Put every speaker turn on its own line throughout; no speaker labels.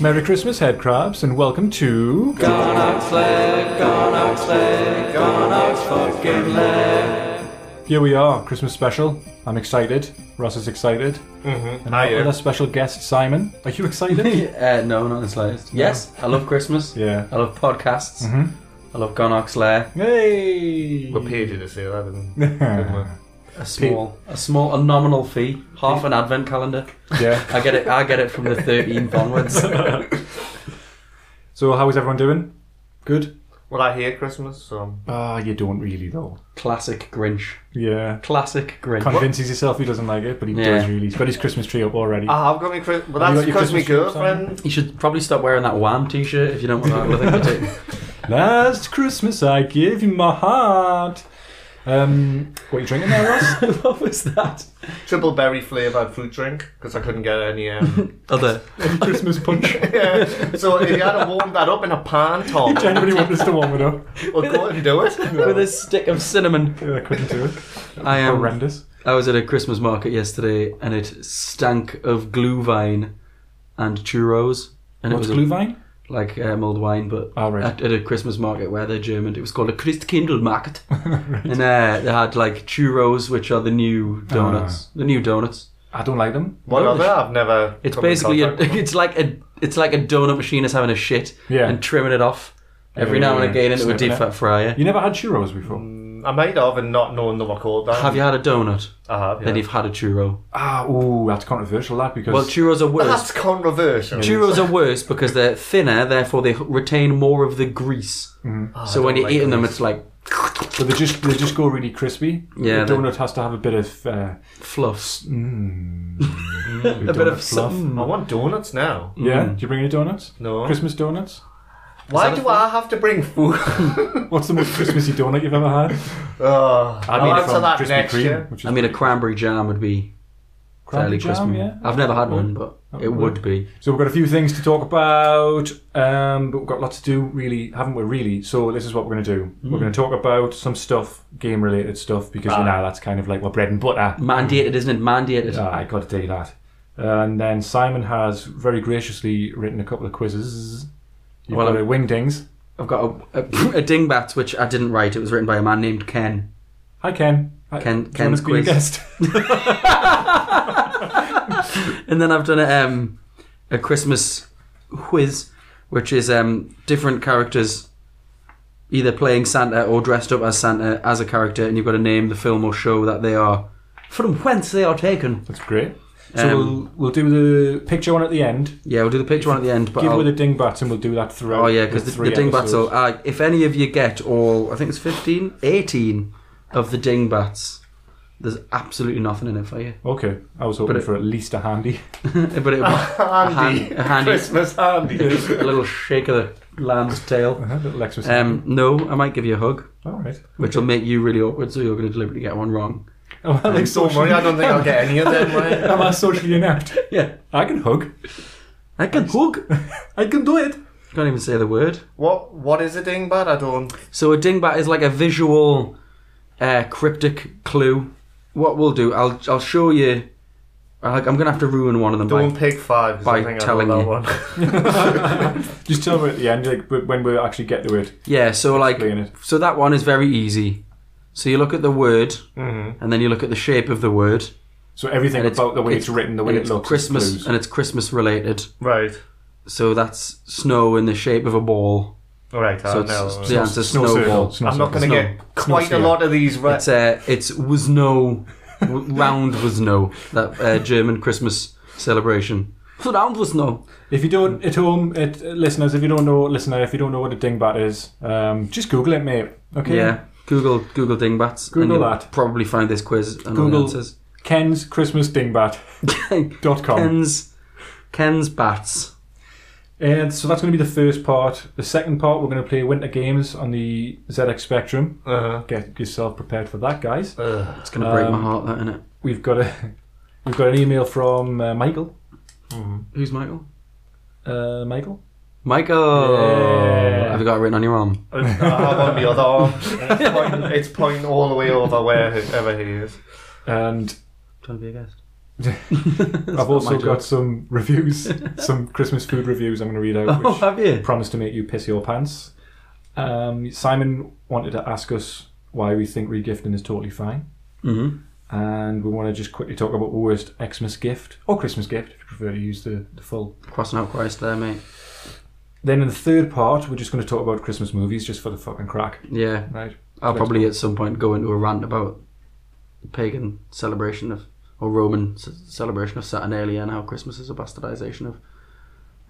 Merry Christmas, head crabs, and welcome to. Here we are, Christmas special. I'm excited. Russ is excited. Mm-hmm. And our
I am.
other special guest, Simon. Are you excited?
uh, no, Mm-hmm. not the slightest. Yes, I love Christmas.
yeah.
I love podcasts. I love Gonox Lair.
Hey!
Well, Peter did say that, didn't didn't we?
A small, a small, a nominal fee, half an advent calendar.
yeah.
I get it. I get it from the 13th onwards.
So, how is everyone doing? Good?
Well, I hate Christmas, Um, so I'm...
Ah, you don't really, though.
Classic Grinch.
Yeah.
Classic Grinch.
Convinces yourself he doesn't like it, but he
Yeah.
does really. He's got his Christmas tree up already.
I have got me Christmas... Well,
Have
that's
you got your
because my
Christmas tree up,
girlfriend...
You should probably stop wearing that Wham T-shirt if you don't want that other thing to do.
Last Christmas I gave you my heart. Um, what are you drinking there, Russ?
what was that?
Triple berry flavoured fruit drink, because I couldn't get any... Um...
Other.
Any Christmas punch.
yeah. So if you had to warm that up in a pan, Tom,
If anybody wants to warm it up,
well, go and do it.
With a stick of cinnamon.
I couldn't do it.
I am.
Horrendous.
I was at a Christmas market yesterday and it stank of glühwein and churros. And
What's
it was a-
Glühwein?
like um, old wine, but
Oh, right.
at, at a Christmas market where they're German. It was called a Christkindlmarkt. And uh, they had like churros, which are the new
Ah.
donuts. The new donuts.
I don't like them.
What other? I've never...
It's
come in
basically a,
contact with them.
it's like a it's like a donut machine is having a shit
Yeah.
and trimming it off every
Yeah,
now and
yeah,
again into a
snipping
deep
it.
fat fryer.
You never had churros before?
I might have and not known they were called that.
Have you had a donut?
I have, yeah.
Then you've had a churro.
Ah, ooh, that's controversial, that, because...
Well, churros are worse.
That's controversial.
Churros are worse because they're thinner, therefore they retain more of the grease.
Oh,
so when you're
Oh, like
eating them,
grease.
it's like
mm, but they just, they just go really crispy.
Yeah,
The
they-
donut has to have a bit of... Uh,
fluffs, Mm.
mm,
a bit
donut
of
fluff.
something. Mm.
I want donuts now.
Yeah? Do you bring any donuts?
No.
Christmas donuts?
Why
that a
do I have to bring food?
What's the most Christmassy donut you've ever had?
oh, I will
it
answer
from
that
Krispy
next
Kreme,
year.
which is
I mean, a
pretty-
cranberry jam would be
Cranberry
fairly
jam,
Christmas.
yeah. Oh.
I've never had one, but it
would.
would be.
So we've got a few things to talk about, um, but we've got lots to do, really, haven't we? Really. So this is what we're going to do. We're
Mm.
going to talk about some stuff, game-related stuff, because
Ah.
you know that's kind of like what bread and butter.
Mandated, isn't it? Mandated.
Ah, I got to do that. And then Simon has very graciously written a couple of quizzes. You've
Well,
got a
I'm-
wingdings.
I've got a, a, a dingbat, which I didn't write. It was written by a man named Ken.
Hi Ken. Hi,
Ken-
do you
Ken's
wanna be a
quiz.
guest?
And then I've done a, um, a Christmas whiz, which is um, different characters either playing Santa or dressed up as Santa as a character, and you've got to name the film or show that they are from whence they are taken.
That's great. So
Um,
we'll we'll do the picture one at the end.
Yeah, we'll do the picture one at the end. But
Give
I'll-
with the dingbats, and we'll do that throughout.
Oh yeah, because the,
three
the dingbats.
episodes.
Are, uh, if any of you get all, I think it's 15, 18 of the dingbats, there's absolutely nothing in it for you.
Okay, I was hoping
But it-
for at least a handy.
but it'll be a,
Handy.
hand, a handy,
Christmas handy.
a little shake of the lamb's tail.
Uh-huh, little extra.
Um, no, I might give you a hug,
All right.
which will make you really awkward, so you're going to deliberately get one wrong.
Oh, I think
Don't worry, I don't think I'll get any of them. Right?
Am I socially inept?
Yeah,
I can hug.
I can hug.
I can do it.
Can't even say the word.
What What is a dingbat? I don't.
So a dingbat is like a visual, uh, cryptic clue. What we'll do, I'll I'll show you. I- I'm gonna have to ruin one of them.
Don't
by,
pick five. 'cause
by
I think
telling
I know
you.
that one.
Just tell me at the end, like but when we actually get to it.
yeah. So like,
Explain it.
so that one is very easy. So you look at the word,
Mm-hmm.
and then you look at the shape of the word,
So everything
and it's
about the way it's, written, the way
and
it
it's
looks,
Christmas,
is
and
clues.
it's Christmas related.
Right.
So that's snow in the shape of a ball.
All right. I
So
know.
it's the answer
Snow
snowball.
circle. Snow
I'm not going to
circle.
get quite a
sphere.
lot of these right.
It's uh, it's was no w- round was no that uh, German Christmas celebration. Round was no.
If you don't at home, it, uh, listeners, if you don't know, listener, if you don't know what a dingbat is, um, just Google it, mate. Okay.
Yeah. Google Google dingbats. and
Google
you'll
that.
Probably find this quiz and all the
Google
answers.
Ken's Christmas Dingbat dot com.
Ken's Ken's bats.
And so that's going to be the first part. The second part, we're going to play Winter Games on the ZX Spectrum.
Uh-huh.
Get yourself prepared for that, guys.
Ugh.
It's gonna break my
Um,
heart, that innit?
We've got a we've got an email from uh, Michael.
Mm-hmm.
Who's Michael?
Uh, Michael.
Michael.
Yeah.
Have you got it written on your arm?
I have Uh, on the other arm. and It's pointing, it's pointing all the way over wherever he is.
And
Trying to be a guest.
I've also
my job.
got some reviews, some Christmas food reviews. I'm going to read out.
Oh,
Which,
have you?
promise to make you piss your pants. Um, Simon wanted to ask us why we think regifting is totally fine,
Mm-hmm.
and we want to just quickly talk about the worst Xmas gift or Christmas gift, if you prefer to use the, the full.
Crossing out Christ there, mate.
Then in the third part, we're just going to talk about Christmas movies just for the fucking crack,
Yeah,
right?
I'll
Let's
probably at some point go into a rant about the pagan celebration of or Roman c- celebration of Saturnalia and how Christmas is a bastardization of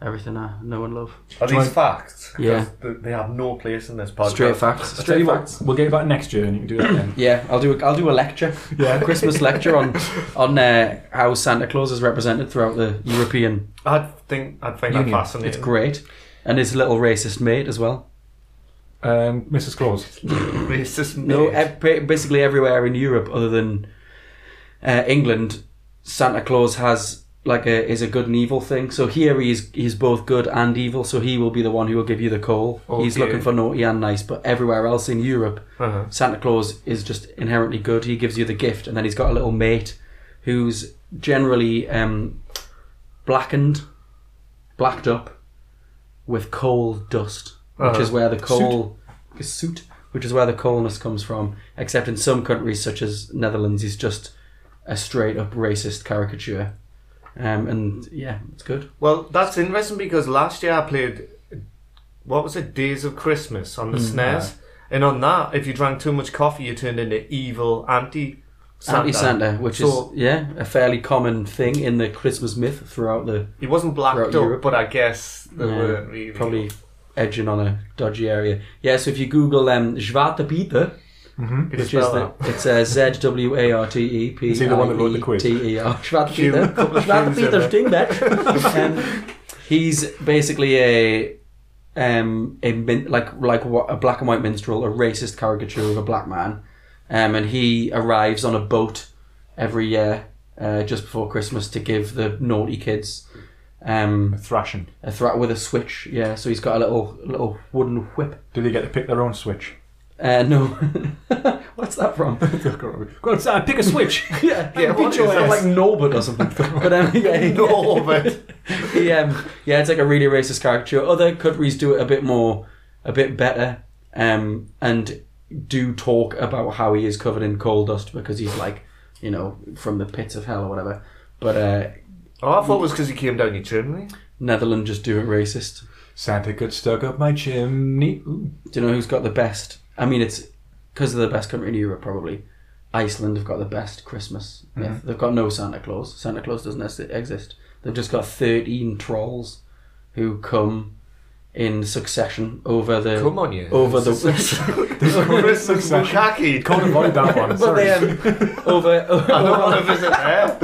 everything I know and love.
Are
Do you want-
these facts? 'Cause
Yeah.
th- They have no place in this podcast.
Straight facts.
I'll tell you what, we'll get back next year and you can do that then.
Yeah, I'll do a, I'll do a lecture,
Yeah.
a Christmas lecture on on uh, how Santa Claus is represented throughout the European
I think I think
Union.
that fascinating.
It's great. And his little racist mate as well.
Um, Mrs. Claus.
Racist.
No,
mate.
ev- ba- basically everywhere in Europe other than uh, England, Santa Claus has like a is a good and evil thing. So here he is he's both good and evil. So he will be the one who will give you the coal. He's
Okay.
looking for naughty and nice. But everywhere else in Europe,
Uh-huh.
Santa Claus is just inherently good. He gives you the gift, and then he's got a little mate who's generally um, blackened, blacked up with coal dust, which
Uh-huh.
is where the coal suit. which is where the coalness comes from. Except in some countries, such as Netherlands, he's just a straight up racist caricature. Um, and yeah, it's good.
Well, that's interesting because last year I played, what was it, Days of Christmas on the
Hmm,
SNES, and on that, if you drank too much coffee, you turned into evil anti.
Santa Santa, which
So-
is yeah a fairly common thing in the Christmas myth throughout the
He wasn't blacked
Throughout
up,
Europe.
but I guess they
Yeah,
weren't really.
probably edging on a dodgy area. Yeah, so if you Google um, Zwarte Pieter,
Mm-hmm.
Could you
which is
spell
the, it's uh, Z W A R T E P
Is he the one that wrote the quiz?
I E T E R. Zwarte
Few-
Pieter,
couple of
Zwarte
tunes in
Pieter's doing that. um, he's basically a um a min- like like what a black and white minstrel, a racist caricature of a black man, um, and he arrives on a boat every year uh, just before Christmas to give the naughty kids. Um,
Thrashing.
a threat with a switch, yeah. So he's got a little little wooden whip.
Do they get to pick their own switch?
Uh, no, what's that from?
Go outside, pick a switch!
yeah,
Yeah, what
picture
is
it,
this?
like Norbert or something. but um, yeah, he-
it. No, but
he, um, yeah, it's like a really racist caricature. Other countries do it a bit more, a bit better, um, and do talk about how he is covered in coal dust because he's like, you know, from the pits of hell or whatever. But uh,
oh, I thought it was because he came down your chimney.
Netherlands just do it racist.
Santa got stuck up my chimney. Ooh.
Do you know who's got the best? I mean, it's because they're the best country in Europe, probably. Iceland have got the best Christmas
Mm-hmm.
myth. They've got no Santa Claus. Santa Claus doesn't es- exist. They've just got 13 trolls who come in succession over the.
Come on, you.
Over the.
Chris Mukaki.
Can't avoid that one.
But
Sorry.
they, um, over,
I don't want to
over,
visit there.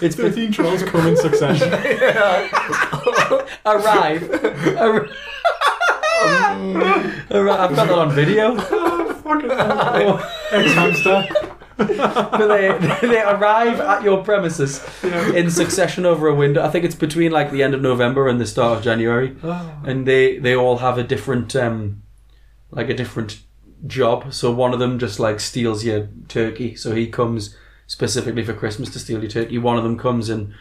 it's been
13 trolls come in succession.
arrive. Arri- Arri- I've got that on video.
Ex hamster.
but they they arrive at your premises in succession over a window. I think it's between like the end of November and the start of January,
Oh.
and they they all have a different um like a different job. So one of them just like steals your turkey. So he comes specifically for Christmas to steal your turkey. One of them comes and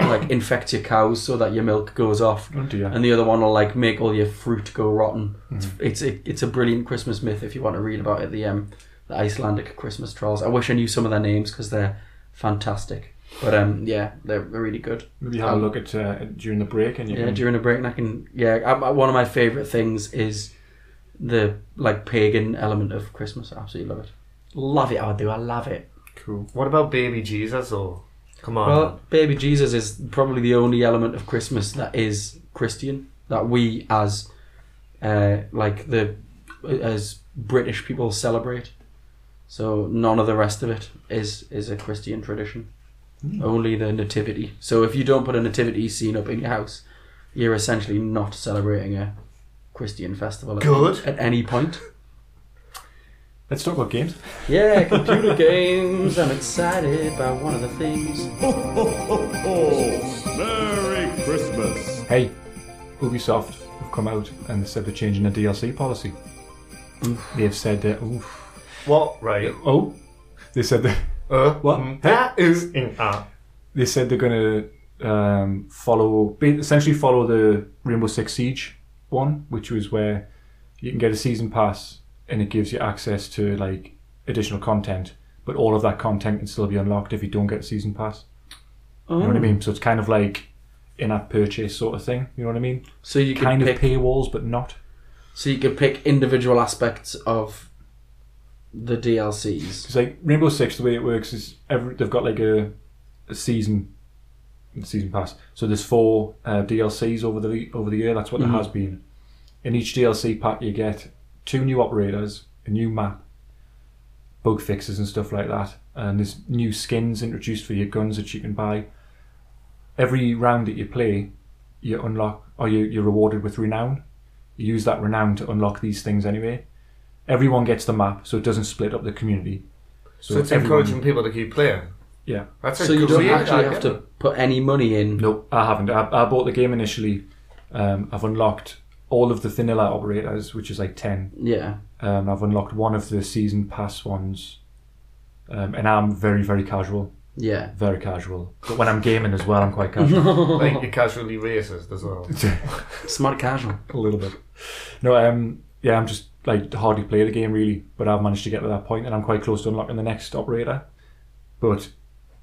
like infects your cows so that your milk goes off.
Oh dear. Mm.
And the other one will like make all your fruit go rotten. It's, it's a it's a brilliant Christmas myth if you want to read about it. The um the Icelandic Christmas trolls. I wish I knew some of their names because they're fantastic. But um yeah, they're, they're really good.
Maybe have a look at uh, during the break and you
Yeah,
can
during a break, and I can yeah. I, I- one of my favorite things is the like pagan element of Christmas. I absolutely love it. Love it, I do. I love it.
cool.
What about baby Jesus? Or come on.
Well, baby Jesus is probably the only element of Christmas that is Christian that we as uh, like the as British people celebrate. So none of the rest of it is is a Christian
Hmm.
tradition. Only the nativity. So if you don't put a nativity scene up in your house, you're essentially not celebrating a Christian festival. at-
Good.
At any point.
Let's talk about games.
Yeah, computer games. I'm excited by one of the things.
Merry Christmas.
Hey, Ubisoft have come out and they said they're changing their DLC policy. They've said that. Oof.
What? Right.
Oh, they said that.
Uh,
What?
mm, That is in ah.
They said they're going to um, follow, ba- essentially follow the Rainbow Six Siege one, which was where you can get a season pass and it gives you access to like additional content, but all of that content can still be unlocked if you don't get a season pass. You
Oh.
know what I mean? So it's kind of like in-app purchase sort of thing. You know what I mean?
So you could
Kind of
pick.
paywalls, but not.
so you could pick individual aspects of the DLCs.
Because like Rainbow Six, the way it works is every they've got like a, a season, a season pass. So there's four uh, DLCs over the over the year. That's what there has been. In each DLC pack, you get two new operators, a new map, bug fixes and stuff like that, and there's new skins introduced for your guns that you can buy. Every round that you play, you unlock or you, you're rewarded with renown. You use that renown to unlock these things anyway. Everyone gets the map, so it doesn't split up the community.
So it's
everyone-
encouraging people to keep playing.
Yeah.
That's a
So you don't
great
actually
idea.
have to put any money in.
Nope, I haven't. I, I bought the game initially. Um, I've unlocked all of the vanilla operators, which is like 10.
Yeah.
Um, I've unlocked one of the season pass ones. Um, and I'm very, very casual.
Yeah.
Very casual. But when I'm gaming as well, I'm quite casual.
Like you're casually racist as well.
Smart casual.
a little bit. No, um, yeah, I'm just like hardly play the game really, but I've managed to get to that point, and I'm quite close to unlocking the next operator. But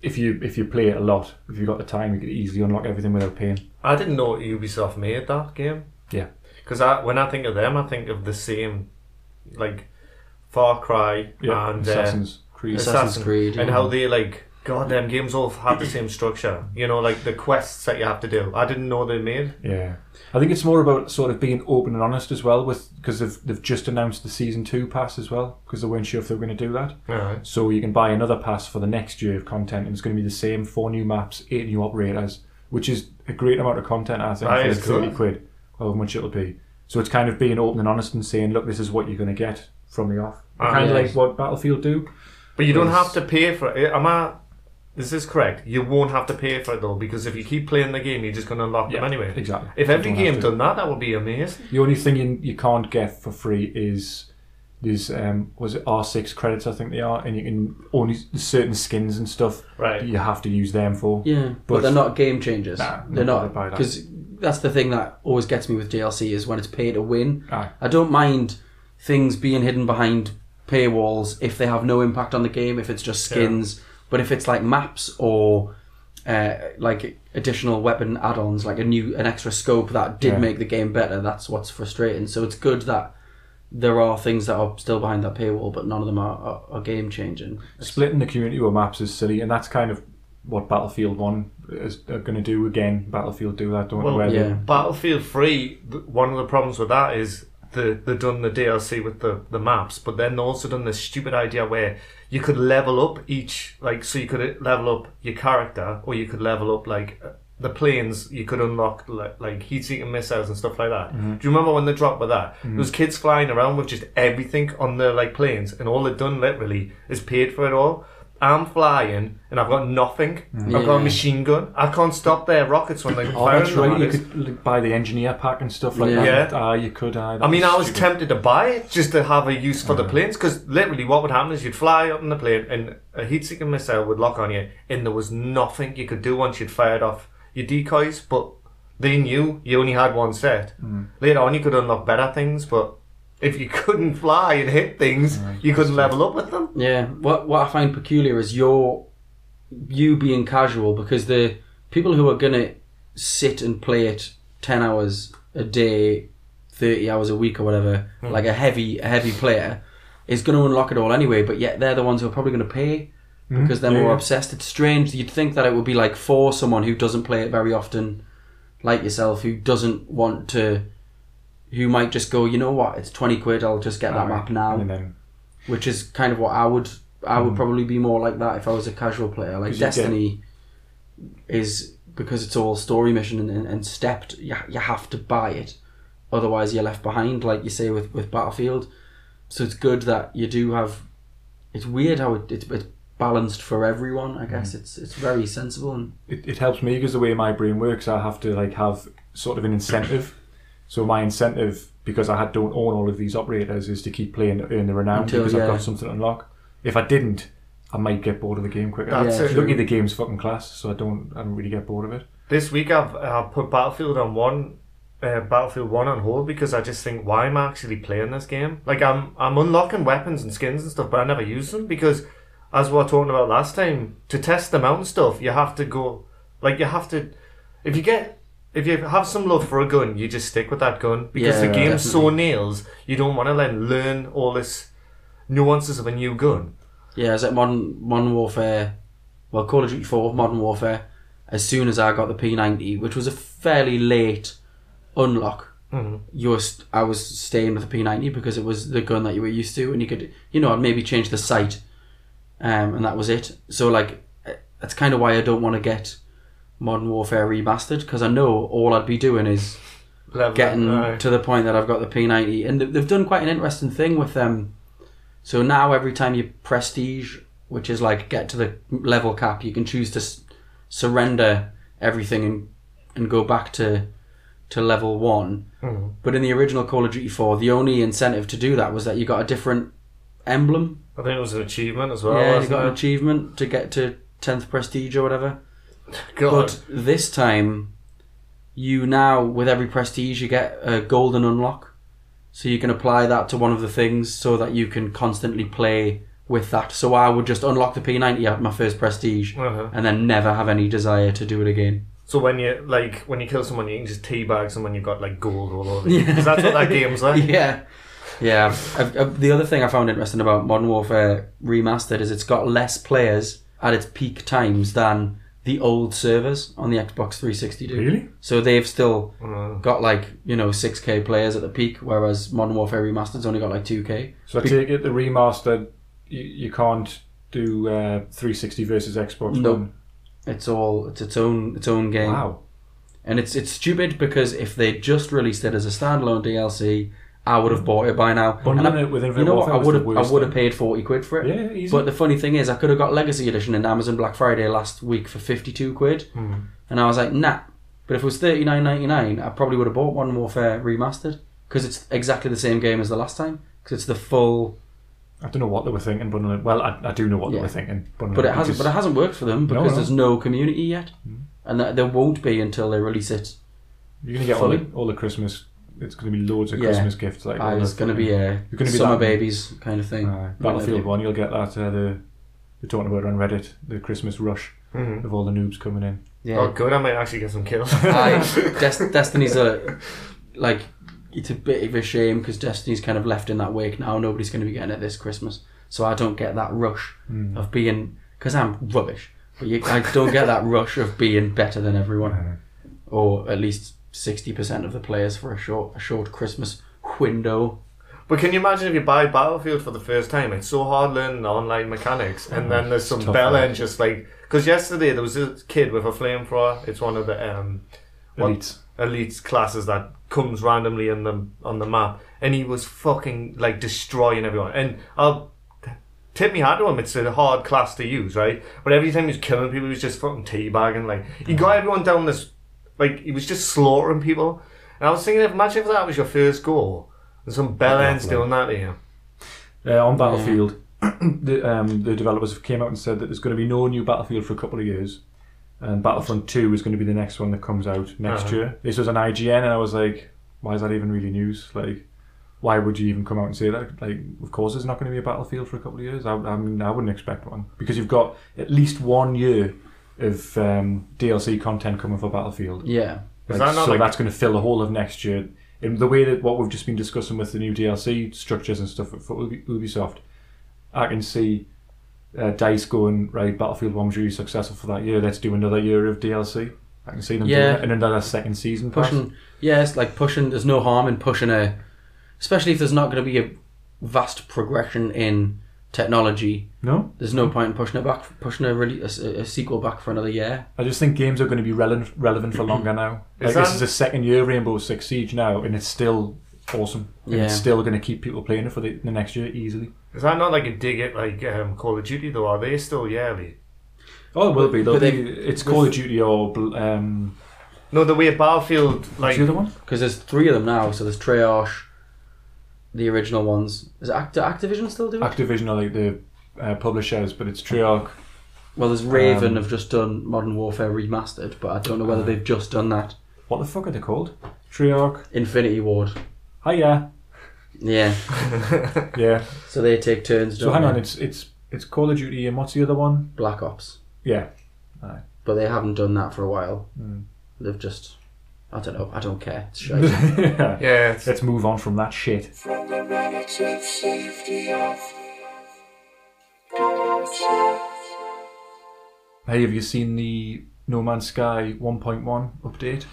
if you if you play it a lot, if you've got the time, you can easily unlock everything without paying.
I didn't know Ubisoft made that game.
Yeah.
Because I, when I think of them, I think of the same, like Far Cry
Yeah,
and uh,
Assassin's Creed.
Assassin's
Assassin,
Creed,
and
yeah.
how they like. God, them games all have the same structure. You know, like the quests that you have to do. I didn't know they made.
Yeah, I think it's more about sort of being open and honest as well, with because they've they've just announced the season two pass as well, because they weren't sure if they were going to do that.
Alright.
So you can buy another pass for the next year of content, and it's going to be the same four new maps, eight new operators, which is a great amount of content. I think
That
for
is
thirty
good.
quid, however much it'll be. So it's kind of being open and honest and saying, look, this is what you're going to get from the off.
Ah,
kind of like
yes.
what Battlefield do.
But you don't
Yes.
have to pay for it. Am I? Is this correct? You won't have to pay for it though, because if you keep playing the game, you're just going to unlock them
Yeah,
anyway.
exactly.
If
You
every
don't have
game
to.
done that, that would be amazing.
The only thing you, you can't get for free is these um was it R six credits I think they are, and you can only certain skins and stuff.
Right.
You have to use them for.
Yeah. But,
But-
they're not game changers.
Nah,
they're
not bothered
not
by that.
because that's the thing that always gets me with DLC is when it's pay to win.
Aye.
I don't mind things being hidden behind paywalls if they have no impact on the game, if it's just skins. But if it's like maps or uh, like additional weapon add-ons, like a new an extra scope that did
Yeah.
make the game better, that's what's frustrating. So it's good that there are things that are still behind that paywall, but none of them are, are, are game changing.
Splitting the community with maps is silly, and that's kind of what Battlefield One is going to do again. Battlefield do that, don't
Well,
know where
Yeah.
Battlefield 3, th- one of the problems with that is the, they've done the DLC with the, the maps, but then they've also done this stupid idea where you could level up each, like, so you could uh, level up your character, or you could level up, like, uh, the planes you could unlock, like, like heat seeking missiles and stuff like that. Do you remember when they dropped with that? There was kids flying around with just everything on their, like, planes, and all they've done literally is paid for it all. I'm flying and I've got nothing. I've got a
Yeah.
machine gun. I can't stop their rockets when they
Oh, that's right.
Firing
You
Lemon is-
could like, buy the engineer pack and stuff like
Yeah.
that. Ah, you could. Uh,
I mean, I was tempted to buy it just to have a use for the planes because literally what would happen is you'd fly up in the plane and a heat seeking missile would lock on you, and there was nothing you could do once you'd fired off your decoys, but they knew you only had one set. Later on, you could unlock better things, but if you couldn't fly and hit things, you couldn't level up with them.
Yeah. What what I find peculiar is your you being casual because the people who are gonna sit and play it ten hours a day, thirty hours a week or whatever,
Hmm.
like a heavy a heavy player, is gonna unlock it all anyway, but yet they're the ones who are probably gonna pay because they're more
Hmm. yeah.
obsessed. It's strange. You'd think that it would be like for someone who doesn't play it very often, like yourself, who doesn't want to who might just go, you know what, it's twenty quid, I'll just get that map now
And then
which is kind of what I would I would probably be more like that if I was a casual player. Like
'Cause you get-
Destiny is because it's all story mission and, and, and stepped, you, you have to buy it. Otherwise, you're left behind, like you say with, with Battlefield. So it's good that you do have. It's weird how it, it, it's balanced for everyone. I guess it's it's very sensible and
it, it helps me because the way my brain works, I have to like have sort of an incentive. so my incentive, because I had, don't own all of these operators, is to keep playing to earn the renown
Until,
because
yeah.
I've got something to unlock. If I didn't, I might get bored of the game quicker.
That's
Yeah,
it.
Lucky the game's fucking class, so I don't I don't really get bored of it.
This week I've, I've put Battlefield on one, uh, Battlefield One on hold because I just think why am I actually playing this game? Like I'm I'm unlocking weapons and skins and stuff, but I never use them because, as we were talking about last time, to test them out and stuff, you have to go, like you have to, if you get. If you have some love for a gun, you just stick with that gun because the
Yeah,
game's so nails. You don't want to then learn all this nuances of a new gun.
Yeah, it's like modern modern warfare. Well, Call of Duty Four, Modern Warfare. As soon as I got the P ninety, which was a fairly late unlock, you were st- I was staying with the P ninety because it was the gun that you were used to, and you could you know I'd maybe change the sight, um, and that was it. So like eh, that's kind of why I don't want to get Modern Warfare remastered because I know all I'd be doing is
Level
getting
uh,
to the point that I've got the P90, and th- they've done quite an interesting thing with them. So now every time you prestige, which is like get to the level cap, you can choose to s- surrender everything and and go back to to level one.
Hmm.
But in the original Call of Duty Four, the only incentive to do that was that you got a different emblem
I think it was an achievement as well.
yeah, you
wasn't
got an
it?
achievement to get to tenth prestige or whatever.
God.
But this time, you now with every prestige you get a golden unlock, so you can apply that to one of the things so that you can constantly play with that. So I would just unlock the P ninety at my first prestige,
Uh-huh.
and then never have any desire to do it again.
So when you like when you kill someone, you can just teabag someone. You've got like gold all over you. 'Cause that's what that game's like.
yeah. Yeah, I've, I've- the other thing I found interesting about Modern Warfare Remastered is it's got less players at its peak times than the old servers on the Xbox 360 do.
Really?
So they've still
Mm.
got like you know 6k players at the peak, whereas Modern Warfare Remastered's only got like 2k.
So I take it the remaster, you, you can't do uh, 360 versus Xbox
No.
One.
It's all it's its own its own game.
Wow.
And it's it's stupid because if they just released it as a standalone DLC, I would have bought it by now.
Bundling
And I-
it with Infinite
you know what?
Warfare
I
was
would
the
have I
worst
would have
thing.
paid forty quid for it.
Yeah, easy.
But the funny thing is, I could have got Legacy Edition in Amazon Black Friday last week for fifty two quid,
Hmm.
and I was like, nah. But if it was thirty nine ninety nine, I probably would have bought Modern Warfare Remastered because it's exactly the same game as the last time because it's the full.
I don't know what they were thinking, bundling it. Well, I, I do know what
Yeah.
they were thinking. uh, Bundling
But it hasn't.
because-
But it hasn't worked for them because
no. Mm.
there's no community yet, and th- there won't be until they release it.
You're gonna get all the,
Fully.
all the Christmas. It's gonna be loads of
Yeah.
Christmas gifts. Like all
Uh,
the
it's going to
fucking-
be a
You're gonna be
summer
that- Ah.
babies kind of thing.
Aye. Battlefield One. You'll get that. Uh, the they're talking about it on Reddit. The Christmas rush
Mhm.
of all the noobs coming in.
Yeah.
Oh, good. I might actually get some kills.
I, Des- Destiny's a like it's a bit of a shame because Destiny's kind of left in that wake now. Nobody's going to be getting it this Christmas, so I don't get that rush
Mm.
of being because I'm rubbish. But you, I don't get that rush of being better than
Uh-huh.
everyone, or at least sixty percent of the players for a short a short Christmas window.
but can you imagine if you buy Battlefield for the first time? It's so hard learning the online mechanics, and then there's some
tough,
bell
eh?
end just like because yesterday there was this kid with a flamethrower. It's one of the um, What?
Elites.
elite classes that comes randomly in the on the map, and he was fucking like destroying everyone. And I'll tip me hat to him; it's a hard class to use, right? But every time he was killing people, he was just fucking teabagging. Like
Mm.
he got everyone down this, like he was just slaughtering people. And I was thinking, if imagine if that was your first goal, and some bell ends doing that to you.
Uh, on Battlefield, the, um, the developers have came out and said that there's going to be no new Battlefield for a couple of years, and Battlefront Two is going to be the next one that comes out next
Uh-huh.
year. This was an IGN, and I was like, why is that even really news? Like, why would you even come out and say that? Like, of course, there's not going to be a Battlefield for a couple of years. I, I mean, I wouldn't expect one because you've got at least one year of um, DLC content coming for Battlefield.
Yeah,
Like,
Is that not
so
like-
that's going to fill the whole of next year. In the way that what we've just been discussing with the new DLC structures and stuff for Ubi- Ubisoft, I can see uh, Dice going right. Battlefield One was really successful for that year. Let's do another year of DLC. I can see them
Yeah.
doing that, and another second season. pass.
pushing. Yeah, it's like pushing. There's no harm in pushing a, especially if there's not going to be a vast progression in technology.
No,
There's no point in pushing it back, pushing a, really, a, s- a sequel back for another year.
I just think games are going to be relevant relevant for longer now.
Is
Like
that-
this is the second year of Rainbow Six Siege now, and it's still awesome. And
Yeah.
It's still going to keep people playing it for the, the next year easily.
Is that not like a dig at like um, Call of Duty though? Are they still yearly?
Oh, it will be. They'll
But
be
they-
it's Call of Duty or bl- um,
No, the way Battlefield
what's
like
the other one?
Because there's three of them now, so there's Treyarch, the original ones. Is it Act- Activision still doing it?
Activision are like the uh, publishers, but it's Treyarch.
well, there's Raven
Um, uh,
have just done Modern Warfare Remastered, but I don't know whether they've just done that.
What the fuck are they called? Treyarch.
Infinity Ward.
Hiya.
Yeah.
Yeah.
So they take turns
So
doing
hang on, it's it's it's Call of Duty and what's the other one?
Black Ops.
Yeah.
But they haven't done that for a while.
Hmm.
They've just. I don't know. I don't care. It's shite.
yeah, it's-
Let's move on from that shit.
from the relative safety of
Hey, have you seen the No Man's Sky 1.1 update?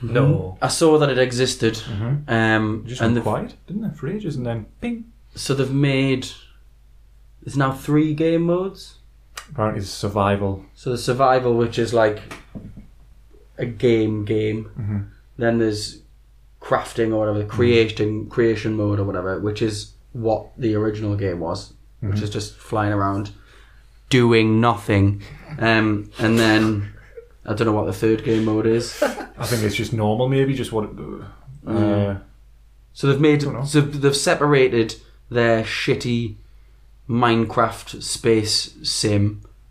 no.
I saw that it existed. Um,
It Mm-hmm. just
and
went
they've-
quiet, didn't it, for ages, and then ping.
so they've made. There's now three game modes.
Apparently, it's survival.
So the survival, which is like a game game.
Mm-hmm.
Then there's crafting or whatever,
Mm-hmm.
creating creation mode or whatever, which is what the original game was, which
Mm-hmm.
is just flying around doing nothing. Um, and then I don't know what the third game mode is.
I think it's just normal, maybe, just what. It, uh,
Yeah. So they've made
Don't know.
so they've separated their shitty Minecraft space sim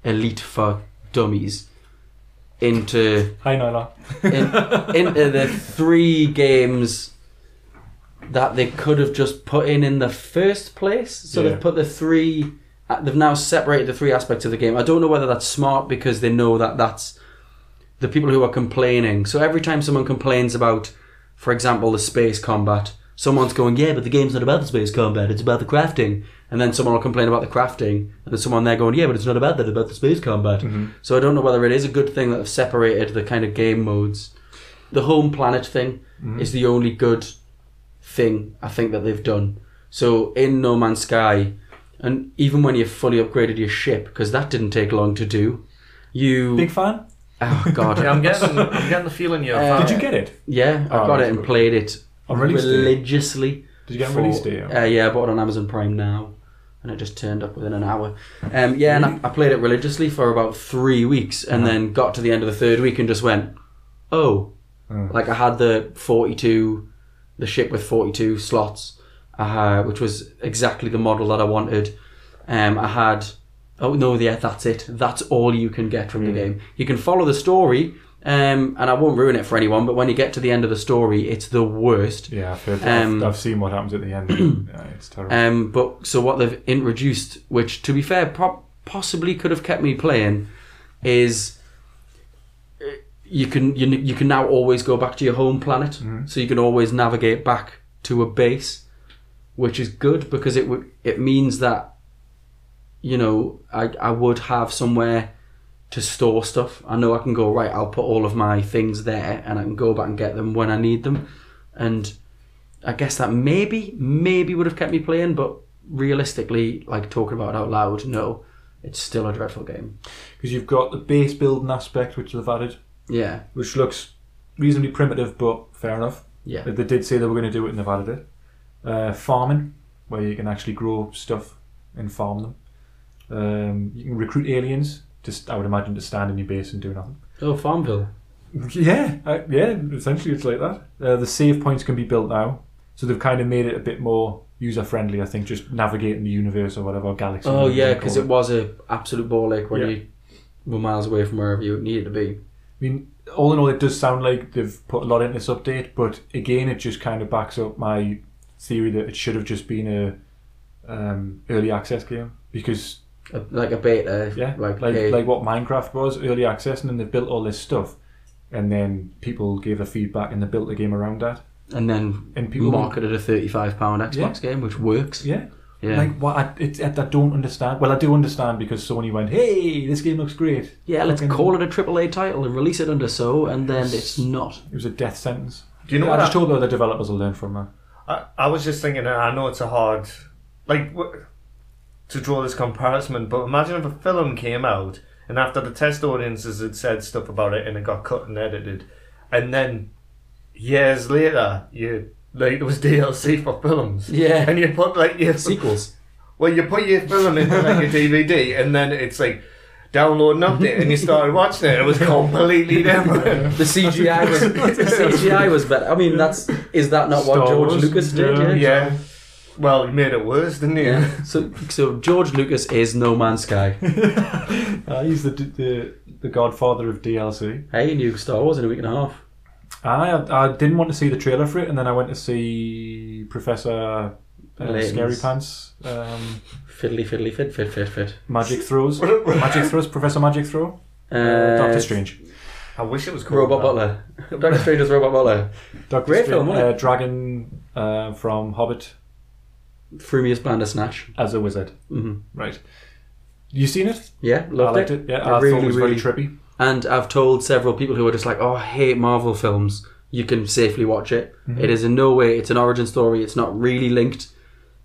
elite for dummies into
Hi, Nyla.
in, into the three games that they could have just put in in the first place. So
Yeah.
they've put the three. uh, They've now separated the three aspects of the game. I don't know whether that's smart because they know that that's the people who are complaining. So every time someone complains about, for example, the space combat, someone's going, "Yeah, but the game's not about the space combat. It's about the crafting." And then someone will complain about the crafting, and then someone there going, "Yeah, but it's not about that. It's about the space combat." So I don't know whether it is a good thing that they've separated the kind of game modes the home planet thing
Mm-hmm.
is the only good thing I think that they've done. So in No Man's Sky, and even when you fully upgraded your ship, because that didn't take long to do, you
Big fan?
oh god
Yeah, I'm getting I'm getting the feeling you're. a
Uh,
fan.
Mm-hmm. Did you get it?
yeah I
Oh,
got
that's
it and
good.
played it
On release day?
religiously.
Did you get a
for-
release day?
Uh, yeah, I bought it on Amazon Prime now, and it just turned up within an hour. Um, yeah, and I, I played it religiously for about three weeks,
Uh-huh.
and then got to the end of the third week and just went, oh, like I had the forty-two, the ship with forty-two slots, uh, which was exactly the model that I wanted. Um, I had, oh no, yeah, that's it. That's all you can get from the game. You can follow the story. Um, and I won't ruin it for anyone, but when you get to the end of the story, it's the worst.
Yeah, I've heard.
Um,
I've, I've seen what happens at the end. yeah, it's terrible.
Um, but so what they've introduced, which to be fair, pro- possibly could have kept me playing, is uh, you can you, n- you can now always go back to your home planet, so you can always navigate back to a base, which is good because it would it means that you know I I would have somewhere to store stuff. I know I can go right. I'll put all of my things there, and I can go back and get them when I need them, and. I guess that maybe, maybe would have kept me playing, but realistically, like talking about it out loud, no, it's still a dreadful game.
Because you've got the base building aspect, which they've added,
Yeah,
which looks reasonably primitive, but fair enough.
yeah.
They did say they were going to do it, and they've added it. Uh, farming, where you can actually grow stuff and farm them. Um, you can recruit aliens. Just, I would imagine, to stand in your base and do nothing.
Oh, Farmville.
Yeah, I, Uh, yeah. Essentially, it's like that. Uh, the save points can be built now, so they've kind of made it a bit more user friendly. I think just navigating the universe or whatever or galaxy.
Oh
whatever
yeah,
they
because
call
it was a absolute ball ache when
Yeah.
you were miles away from wherever you needed to be.
I mean, all in all, it does sound like they've put a lot into this update, but again, it just kind of backs up my theory that it should have just been a um, early access game because
A- like a beta.
yeah,
Like
like,
hey,
like what Minecraft was early access, and then they built all this stuff, and then people gave their feedback and they built the game around that.
and then
And people
marketed a thirty-five pound Xbox game, which works.
yeah.
Yeah.
Like what I, it, I don't understand. Well, I do understand because Sony went, "Hey, this game looks great."
Yeah, let's
Fucking-
call it a AAA title and release it under so, and then it's not.
It was a death sentence.
Do you know
I
what
just
I-
told the other developers will learn from that.
I, I was just thinking, and I know it's a hard, like, w- to draw this comparison, but imagine if a film came out and after the test audiences had said stuff about it and it got cut and edited, and then years later you like there was DLC for films.
Yeah.
And you put like your
Sequels.
well, you put your film into like a DVD, and then it's like download and update, and you started watching it. It was completely different.
The CGI was the CGI was better. I mean, that's is that not what
Star
George
Wars,
Lucas did?
yeah.
yeah. Well, you made it worse, didn't you?
Yeah. So, so George Lucas is No Man's Sky.
Uh, he's the, the the godfather of DLC.
Hey, new Star Wars in a week and a half.
I I didn't want to see the trailer for it, and then I went to see Professor uh,
Layton's.
Scary Pants, um,
Fiddly, fiddly, fit, fit, fit, fit.
Magic Throws, Magic Throws, Professor Magic Throw,
Uh,
Doctor Strange,
I wish it was called
Robot
that.
Butler. Doctor Strange was Robot Butler.
Doctor
Great film, wasn't
uh,
it?
Dragon uh, from Hobbit
Threw me as Bandersnatch.
as a wizard.
Mm-hmm.
Right. You seen it?
Yeah, loved
I liked it. Yeah, I, thought it was very trippy.
And I've told several people who are just like, "Oh, I hate Marvel films." You can safely watch it.
Mm-hmm.
It is in no way. It's an origin story. It's not really linked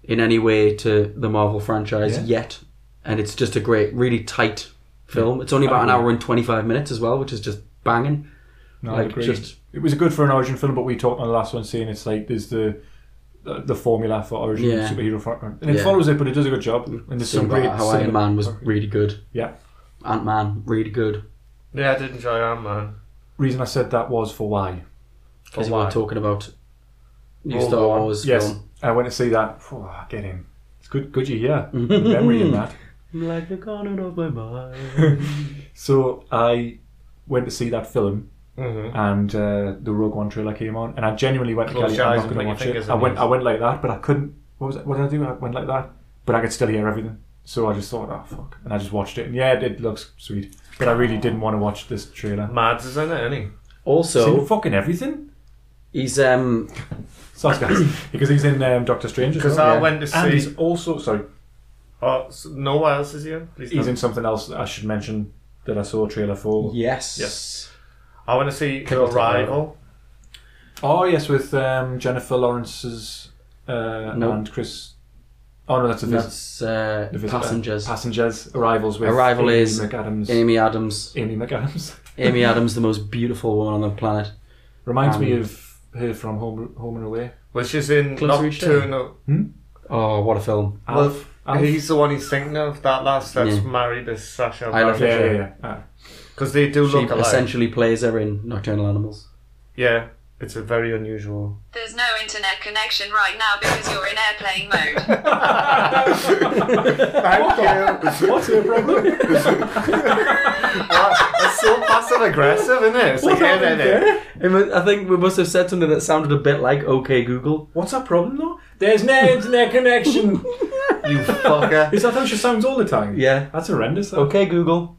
in any way to the Marvel franchise
Yeah.
yet, and it's just a great, really tight film. It's only about an
I agree.
hour and twenty-five minutes as well, which is just banging.
No,
Like,
I agree.
just-
it was good for an origin film, but we talked on the last one saying it's like there's the the, the formula for origin
Yeah.
superhero film, and it
Yeah.
follows it, but it does a good job. And there's some
Something
great
about How Iron
cinema-
Man was really good.
Yeah.
Ant Man really good
Yeah, I did enjoy Iron Man.
Reason I said that was for why.
because
For
we were
why?
talking about new
World
Star
War One.
Wars
Yes,
film.
I went to see that. Phew, ah, get in. It's good. Good you hear the memory in that.
Like the corner of my mind.
So I went to see that film,
Mm-hmm.
and uh, the Rogue One trailer came on, and I genuinely went,
Close
"Kelly,
your
I'm
eyes
not
and
going
put
to
your
watch
fingers
it." I
in
went,
yours.
I went like that, but I couldn't. What was it? What did I do? I went like that, but I could still hear everything. So I just thought, "Oh fuck," and I just watched it, and yeah, it, it looks sweet, but I really didn't want to watch this trailer.
Mads is in it, isn't he?
Seen
Also,
fucking everything.
he's um
Sorry, guys, because he's in um, Doctor Strange. as
Because
well.
I
yeah.
went to
and
see.
he's also sorry.
Oh, s- no, what else is he in? Please
He's
don't.
in something else that I should mention that I saw a trailer for.
Yes.
Yes.
I want to see The
Kimmel Tower.
Arrival.
Oh yes, with um, Jennifer Lawrence's uh,
No.
and Chris. Oh no, that's a
And
visit.
That's uh,
The visit-
passengers.
uh, passengers. Arrivals with
Arrival
Amy
is
McAdams. Amy,
Amy Adams.
McAdams
Amy Adams, the most beautiful woman on the planet.
reminds me
And-
of her from Home Home and Away.
Which is in
Closer each day.
Nocturnal.
Oh, what a film!
Well,
Alf. Alf?
he's the one he's thinking of. That last that's
Yeah.
married to Sasha.
I love
yeah, yeah,
Fisher.
yeah. Ah.
Because they do
She
look alike.
essentially plays her in Nocturnal Animals.
Yeah, it's a very unusual
There's no internet connection right now because you're in airplane mode.
Thank you.
Ah. What's her problem?
It's so passive aggressive, isn't it? It's like, eh, yeah, yeah, yeah.
It mu- I think we must have said something that sounded a bit like "Okay Google."
What's her problem though? There's no internet connection.
You fucker.
is that how she sounds all the time?
Yeah.
that's horrendous. Though.
Okay Google.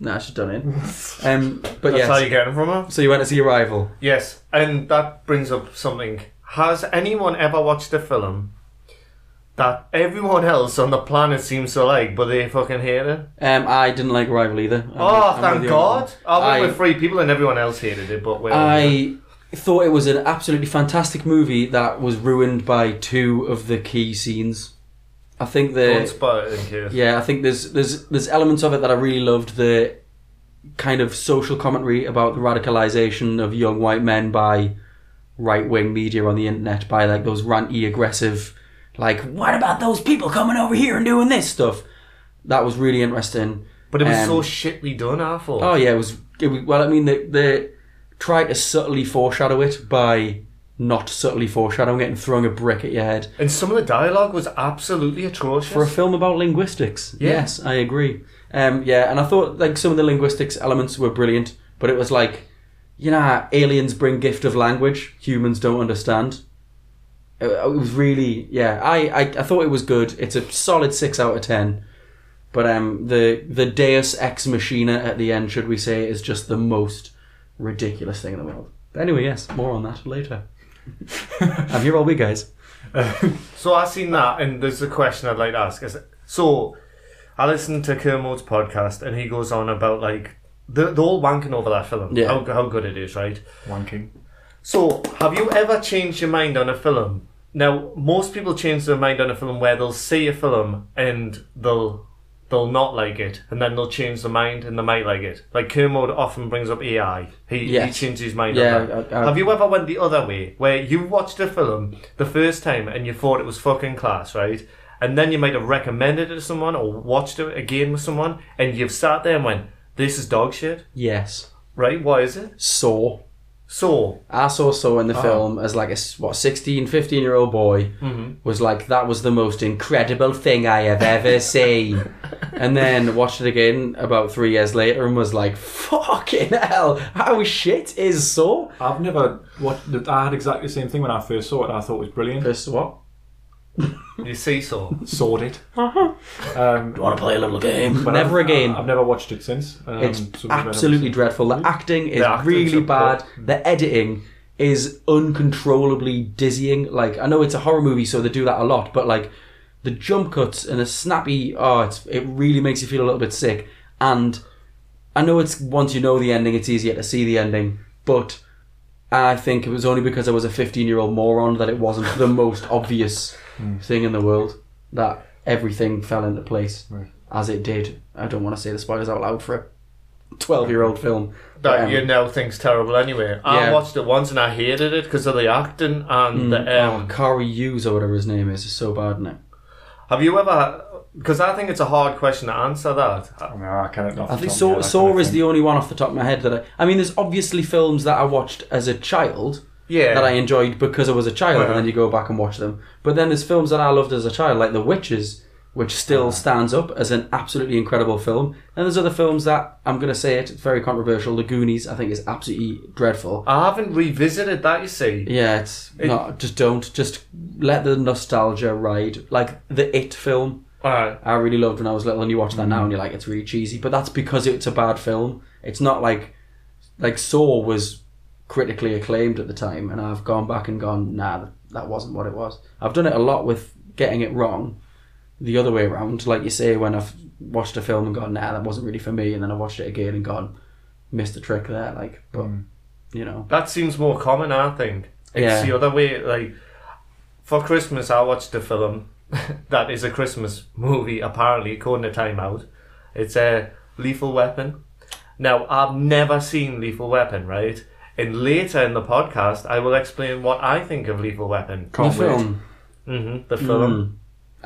Nah, she's done it. Um, but
That's
yes.
how you get it from her?
so you went to see Arrival.
Yes, and that brings up something. Has anyone ever watched a film that everyone else on the planet seems to like, but they fucking hate it?
Um, I didn't like Arrival either. I'm-
Oh,
I'm
thank
with you on
God.
that.
I went
I-
with three people and everyone else hated it, but we're
I thought it was an absolutely fantastic movie that was ruined by two of the key scenes. I think
don't
the
spoil it in case.
uh, yeah, I think there's there's there's elements of it that I really loved the kind of social commentary about the radicalization of young white men by right wing media on the internet by like those ranty aggressive like what about those people coming over here and doing this stuff. That was really interesting.
But it was
Um,
so shitly done, I thought.
Oh yeah, it was. It was well, I mean, they they try to subtly foreshadow it by not subtly foreshadowing it and throwing a brick at your head.
And some of the dialogue was absolutely atrocious.
For a film about linguistics,
Yeah.
yes, I agree. Um, yeah, and I thought like some of the linguistics elements were brilliant, but it was like, you know, how aliens bring gift of language, humans don't understand. It, it was really yeah. I, I I thought it was good. It's a solid six out of ten. But um, the the Deus ex machina at the end, should we say, is just the most ridiculous thing in the world. But anyway, yes, more on that later. I'm here all week, guys.
So I seen that, and there's a question I'd like to ask. Is- So I listened to Kermode's podcast, and he goes on about like the the all wanking over that film.
Yeah.
How, how good it is, right?
Wanking.
So have you ever changed your mind on a film Now, most people change their mind on a film where they'll see a film and they'll they'll not like it, and then they'll change their mind and they might like it. Like Kermode often brings up AI. He he
Yes.
changes his mind.
Yeah,
on that.
I- I-
Have you ever went the other way where you watched a film the first time and you thought it was fucking class, right? And then you might have recommended it to someone or watched it again with someone, and you've sat there and went, "This is dog shit,"
Yes.
right? Why is it?
Saw.
So
I saw Saw in the film as like a s- what 16, 15 year old boy was like that was the most incredible thing I have ever seen, and then watched it again about three years later and was like, "Fucking hell, how shit is Saw?"
I've never watched. the- I had exactly the same thing when I first saw it. I thought it was brilliant.
First what?
you see, so
Sawed it. Um,
Want to play a little game?
but
Never
I've-
again.
I've never watched it since. Um,
It's
so we've never-
absolutely dreadful. The acting is
The acting's
really bad.
awful.
The editing is uncontrollably dizzying. Like I know it's a horror movie, so they do that a lot, but like the jump cuts and the snappy, oh, it's, it really makes you feel a little bit sick. And I know it's once you know the ending, it's easier to see the ending, but I think it was only because I was a 15 year old moron that it wasn't the most obvious thing in the world that everything fell into place
Right.
as it did. I don't want to say the spoilers out loud for a 12 year old film.
that
Um,
you know things terrible anyway.
Yeah.
I watched it once and I hated it because of the acting and the. Um,
oh, Corey Hughes or whatever his name is is so bad isn't it?
Have you ever? Because I think it's a hard question to answer. That
No, I cannot. not
I
from
think Saw,
there, that
Saw
kind of
is
thing.
the only one off the top of my head that I. I mean, there's obviously films that I watched as a child
yeah,
that I enjoyed because I was a child,
Uh-huh.
and then you go back and watch them. But then there's films that I loved as a child, like The Witches, which still stands up as an absolutely incredible film. And there's other films that I'm going to say it, it's very controversial. The Goonies, I think, is absolutely dreadful.
I haven't revisited that. You see,
Yeah, it's not. Just don't. Just let the nostalgia ride. Like the It film.
uh,
I really loved when I was little, and you watch
Mm.
that now, and you're like, it's really cheesy. But that's because it's a bad film. It's not like like Saw was critically acclaimed at the time, and I've gone back and gone, nah, that wasn't what it was. I've done it a lot with getting it wrong, the other way around. Like you say, when I've watched a film and gone, nah, that wasn't really for me, and then I watched it again and gone, missed the trick there. Like, but
Mm.
you know,
that seems more common. I think it's
Yeah.
the other way. Like for Christmas, I watched a film that is a Christmas movie. Apparently, according to Time Out, it's a Lethal Weapon. Now, I've never seen Lethal Weapon, right? And later in the podcast, I will explain what I think of Lethal Weapon.
the
Can't wait.
film.
hmm the film.
Mm.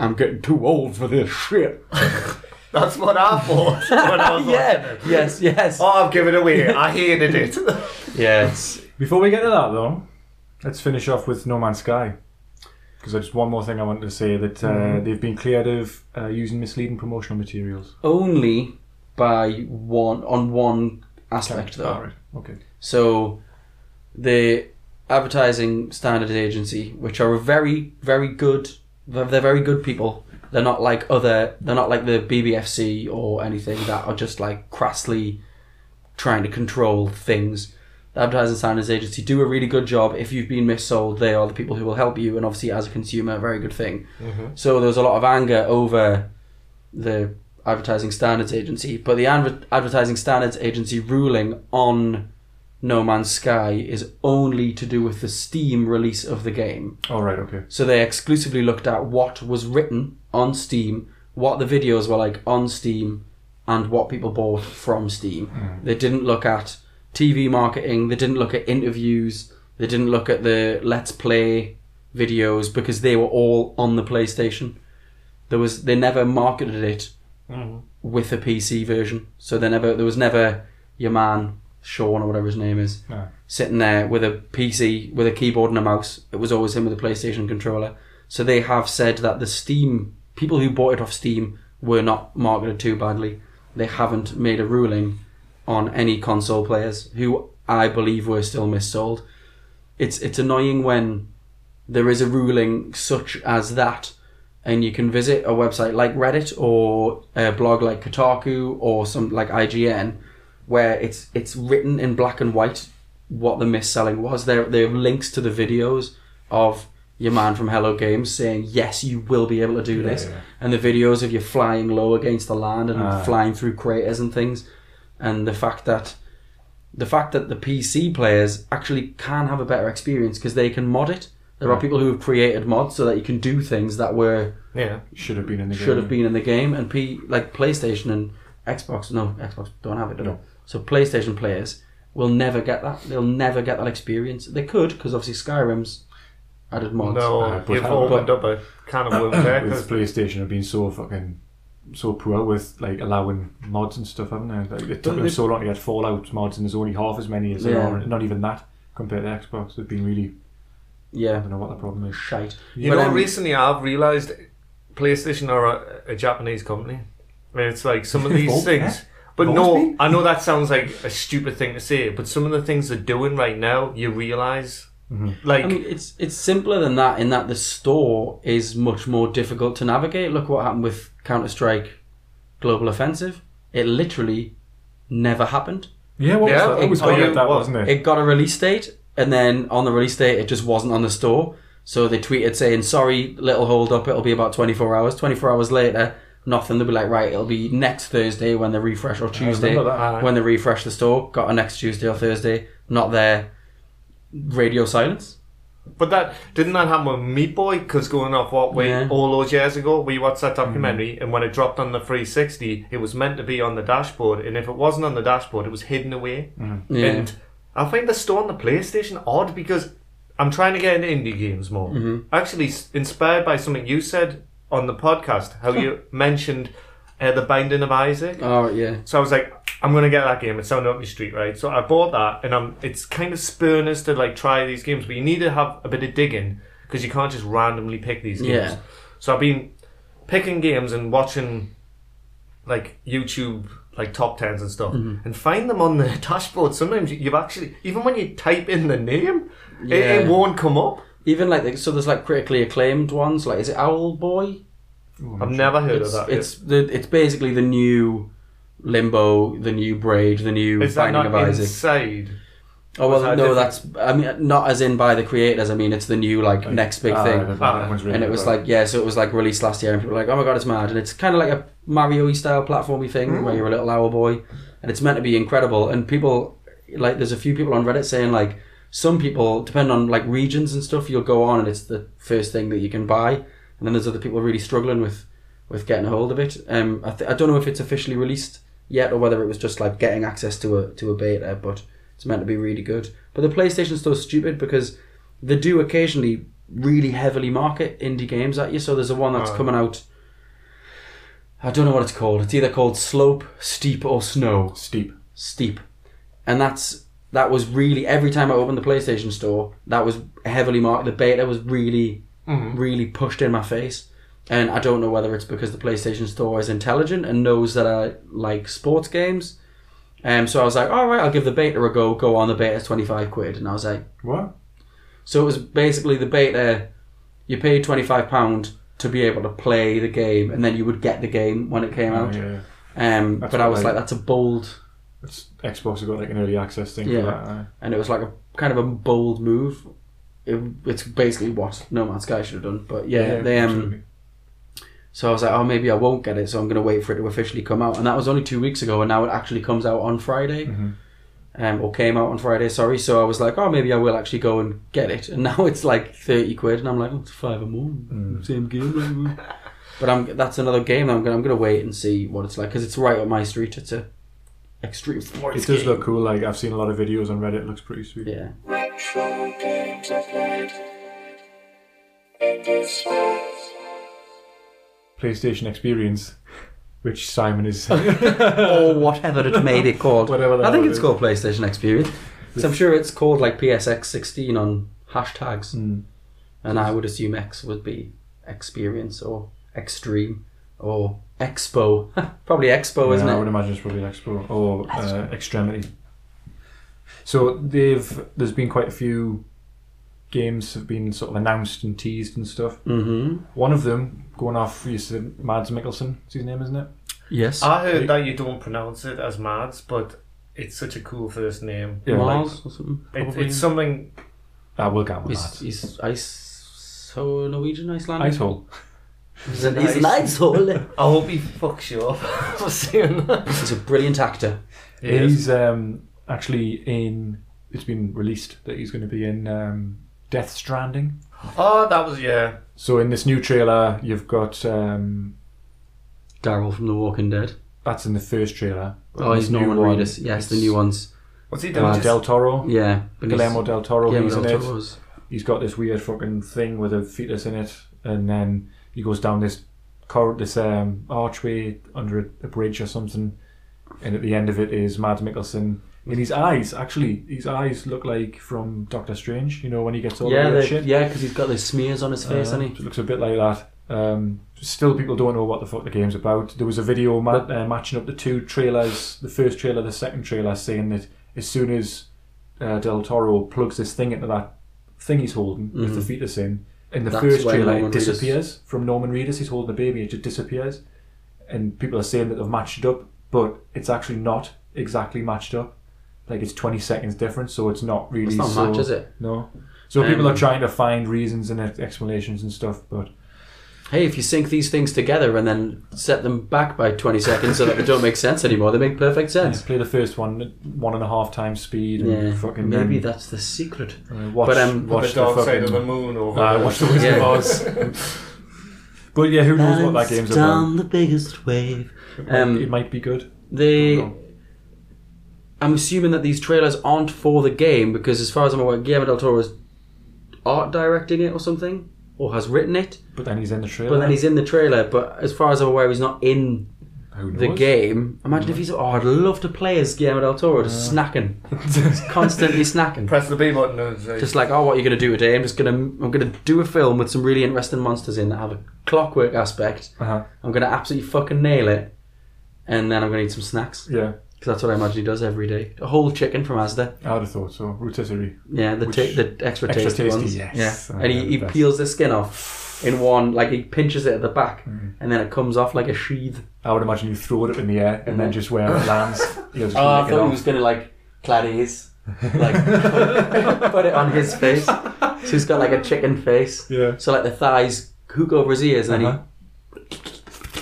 I'm getting too old for this shit.
That's what I thought when I was watching
yeah.
it.
Yes. Yes.
Oh, I've given away. I hated it.
Yes.
Before we get to that, though, let's finish off with No Man's Sky. Because there's one more thing I wanted to say that uh,
Mm-hmm.
they've been cleared of uh, using misleading promotional materials.
only by one on one aspect though.
Alright, Okay.
So the advertising standards agency, which are a very very good, they're they're very good people. They're not like other, they're not like the BBFC or anything that are just like crassly trying to control things. The advertising standards agency do a really good job. If you've been missold, they are the people who will help you, and obviously as a consumer, a very good thing. So there was a lot of anger over the advertising standards agency, but the adver- advertising standards agency ruling on No Man's Sky is only to do with the Steam release of the game.
All right. Okay.
So they exclusively looked at what was written on Steam, what the videos were like on Steam, and what people bought from Steam. They didn't look at TV marketing, they didn't look at interviews, they didn't look at the Let's Play videos because they were all on the PlayStation. There was they never marketed it with a PC version. So there never there was never your man Sean or whatever his name is
No.
sitting there with a PC with a keyboard and a mouse. It was always him with a PlayStation controller. So they have said that the Steam people who bought it off Steam were not marketed too badly. They haven't made a ruling on any console players who I believe were still missold. It's it's annoying when there is a ruling such as that, and you can visit a website like Reddit or a blog like Kotaku or some like IGN, where it's it's written in black and white what the misselling was. There there are links to the videos of your man from Hello Games saying yes, you will be able to do this, and the videos of you flying low against the land and
Ah.
flying through craters and things, and the fact that the fact that the PC players actually can have a better experience because they can mod it. There
Ah.
are people who have created mods so that you can do things that were
Yeah.
Should have been in the game.
should have been in the game, and P like PlayStation and Xbox. No, Xbox don't have it. Do they?
No.
So PlayStation players will never get that. They'll never get that experience. They could because obviously Skyrim's added mods.
No,
uh, but
you've
how-
opened up a can of worms there.
with
'cause-
PlayStation have been so fucking so poor with like allowing mods and stuff, haven't they? Like, it took them
they-
so long to get Fallout mods, and there's only half as many as there
Yeah.
are. Not even that compared to Xbox. They've been really. I
Yeah,
don't know what the problem is.
shite.
You
But,
know,
um,
recently I've realised PlayStation are a, a Japanese company. And It's like some of these
Oh,
things.
yeah.
But
Always
no,
been.
I know that sounds like a stupid thing to say, but some of the things they're doing right now, you realise. Like,
I mean, it's it's simpler than that in that the store is much more difficult to navigate. Look what happened with Counter Strike Global Offensive. It literally never happened.
Yeah, what
Yeah,
was that? It was
oh,
like
yeah,
that,
well,
wasn't it?
It got a release date, and then on the release date, it just wasn't on the store. So they tweeted saying, "Sorry, little hold up. It'll be about 24 hours." 24 hours later, nothing. They'll be like, "Right, it'll be next Thursday when they refresh, or Tuesday
remember that.
when they refresh the store." Got a next Tuesday or Thursday. Not there. Radio silence.
But that didn't that happen with Meat Boy? Because going off what we
Yeah. Mm-hmm.
all those years ago, we watched that documentary, and when it dropped on the 360, it was meant to be on the dashboard, and if it wasn't on the dashboard, it was hidden away.
Yeah.
And I find the store on the PlayStation odd because I'm trying to get into indie games more.
Mm-hmm.
Actually, s- inspired by something you said on the podcast, how you mentioned uh, the Binding of Isaac.
Oh yeah.
So I was like, I'm gonna get that game. It sounded up my street, right? So I bought that, and I'm. It's kind of spurring us to like try these games, but you need to have a bit of digging because you can't just randomly pick these games.
Yeah.
So I've been picking games and watching like YouTube like top tens and stuff,
Mm-hmm.
and find them on the dashboard. Sometimes you- you've actually even when you type in the name, it,
Yeah.
it won't come up.
Even like the, so, there's like critically acclaimed ones. Like, is it Owl Boy?
I've never heard
It's
of that.
it's the it's basically the new Limbo, the new Braid, the new
is that
Binding
not
of Isaac.
inside?
oh
was
well,
that
no,
different?
that's I mean not as in by the creators. I mean it's the new like next big
Ah,
thing.
that- that
Ah,
one's really
and it was
good.
like yeah, so it was like released last year, and people were like, oh my god, it's mad, and it's kind of like a Mario-y style platformy thing where you're a little owl boy, and it's meant to be incredible. And people like there's a few people on Reddit saying like some people depend on like regions and stuff. You'll go on and it's the first thing that you can buy, and then there's other people really struggling with with getting a hold of it. Um, I, th- I don't know if it's officially released yet or whether it was just like getting access to a to a beta, but it's meant to be really good. But the PlayStation Store's stupid because they do occasionally really heavily market indie games at you. So there's a one that's coming out. I don't know what it's called. It's either called Slope, Steep, or Snow
steep.
steep. And that's that was really every time I opened the PlayStation store, that was heavily marked. The beta was really,
Mm-hmm.
really pushed in my face. And I don't know whether it's because the PlayStation store is intelligent and knows that I like sports games. Um, so I was like, all right, I'll give the beta a go. Go on, the beta's twenty five quid, and I was like,
What?
so it was basically the beta. You paid twenty five pound to be able to play the game, and then you would get the game when it came
Oh,
out.
yeah, yeah.
Um,
That's
but I
what
was
I-
like, that's a bold
It's, Xbox has got like an early access thing
Yeah.
for that. aye.
and it was like a kind of a bold move. It, it's basically what No Man's Sky should have done, but yeah, they um.
absolutely.
So I was like, oh, maybe I won't get it, so I'm going to wait for it to officially come out, and that was only two weeks ago, and now it actually comes out on Friday, um, or came out on Friday. Sorry, so I was like, oh, maybe I will actually go and get it, and now it's like thirty quid, and I'm like, oh, it's five or more, same game. but I'm that's another game. I'm gonna I'm gonna wait and see what it's like because it's right up my street. It's a extreme sports
it does
game.
look cool. Like I've seen a lot of videos on Reddit. It looks pretty sweet.
yeah.
Retro games of light. In this life.
PlayStation Experience, which Simon is.
or whatever it made it called.
Whatever the
I think
hell it
it's
is.
called PlayStation Experience. So I'm sure it's called like PSX 16 on hashtags.
Hmm.
And I would assume X would be experience or extreme or expo. Probably expo,
Yeah,
isn't
I
it?
would imagine it's probably an expo or uh, extremity. So they've there's been quite a few games have been sort of announced and teased and stuff.
Mm-hmm.
One of them going off you said Mads Mikkelsen, is his name, isn't it?
Yes.
I heard that you don't pronounce it as Mads, but it's such a cool first name.
Yeah,
Mars or something.
It,
Probably.
it's something.
I will get with
He's,
Mads.
he's ice. So Norwegian, Icelandic.
Icehole.
He's an, he's an icehole.
I hope he fucks you up for saying that.
he's a brilliant actor.
He's um, actually in. It's been released that he's going to be in um, Death Stranding.
Oh, that was yeah.
So in this new trailer, you've got um,
Daryl from The Walking Dead.
that's in the first trailer. But
Oh,
in
he's
this new
Norman
one,
Reedus. Yes, the
it's,
new ones.
What's he doing?
Ah,
uh,
Just-
Del Toro,
Yeah, but he's-
Guillermo Del Toro,
Guillermo
he's in
del
it.
Toro's.
he's got this weird fucking thing with a fetus in it, and then he goes down this cor- this um, archway under a, a bridge or something, and at the end of it is Mads Mikkelsen. And his eyes, actually, his eyes look like from Doctor Strange. You know when he gets all
Yeah,
the weird
they,
shit.
yeah, because he's got the smears on his face,
Uh,
hasn't
It looks a bit like that. Um, still, people don't know what the fuck the game's about. There was a video ma- uh, matching up the two trailers, the first trailer, the second trailer, saying that as soon as uh, Del Toro plugs this thing into that thing he's holding with the fetus in, in the
Mm-hmm. That's
first
when
trailer,
Norman
it
Reedus-
disappears from Norman Reedus. He's holding the baby, it just disappears. And people are saying that they've matched it up, but it's actually not exactly matched up. Like it's 20 seconds different, so it's not really.
It's not
so,
match, is it?
No. So people
Um,
are trying to find reasons and ex- explanations and stuff, but
he? Hey, if you sync these things together and then set them back by 20 seconds so that they don't make sense anymore, they make perfect sense.
play the first one at one and a half times speed and
Yeah,
fucking
maybe
then,
that's the secret.
uh, watch,
but, um,
the
watch the,
dark
fucking,
side of the moon over.
Ah,
uh, watch the Wizard
Yeah.
of Oz. but yeah, who knows what that game's about?
the biggest wave.
it
Um,
might be good.
they,
Don't know.
I'm assuming that these trailers aren't for the game because, as far as I'm aware, Guillermo del Toro is art directing it or something, or has written it.
But then he's in the trailer.
But then he's in the trailer. But as far as I'm aware, he's not in
who knows?
the game. Imagine if he's. Oh, I'd love to play as Guillermo del Toro, just snacking, just constantly snacking.
Press the B button. And say,
Just like, oh, what are you going to do today? I'm just going to, I'm going to do a film with some really interesting monsters in that have a clockwork aspect.
Uh-huh.
I'm going to absolutely fucking nail it, and then I'm going to eat some snacks because
Yeah,
that's what I imagine he does every day. A whole chicken from Asda.
I would have thought so. Rotisserie.
Yeah, the
Which-
ta- the extra,
extra
tasty,
tasty,
ones.
yes.
Yeah,
Oh,
and
yeah,
he, he
the best.
peels the skin off in one, like he pinches it at the back,
Mm.
and then it comes off like a sheath.
I would imagine you throw it up in the air and then just where it lands, you'll just
Mm. Oh, I
lick it
thought he
off.
was gonna like Clarice, like put, put it on his face. So he's got like a chicken face.
Yeah.
So like the thighs hook over his ears, and
Uh-huh.
then he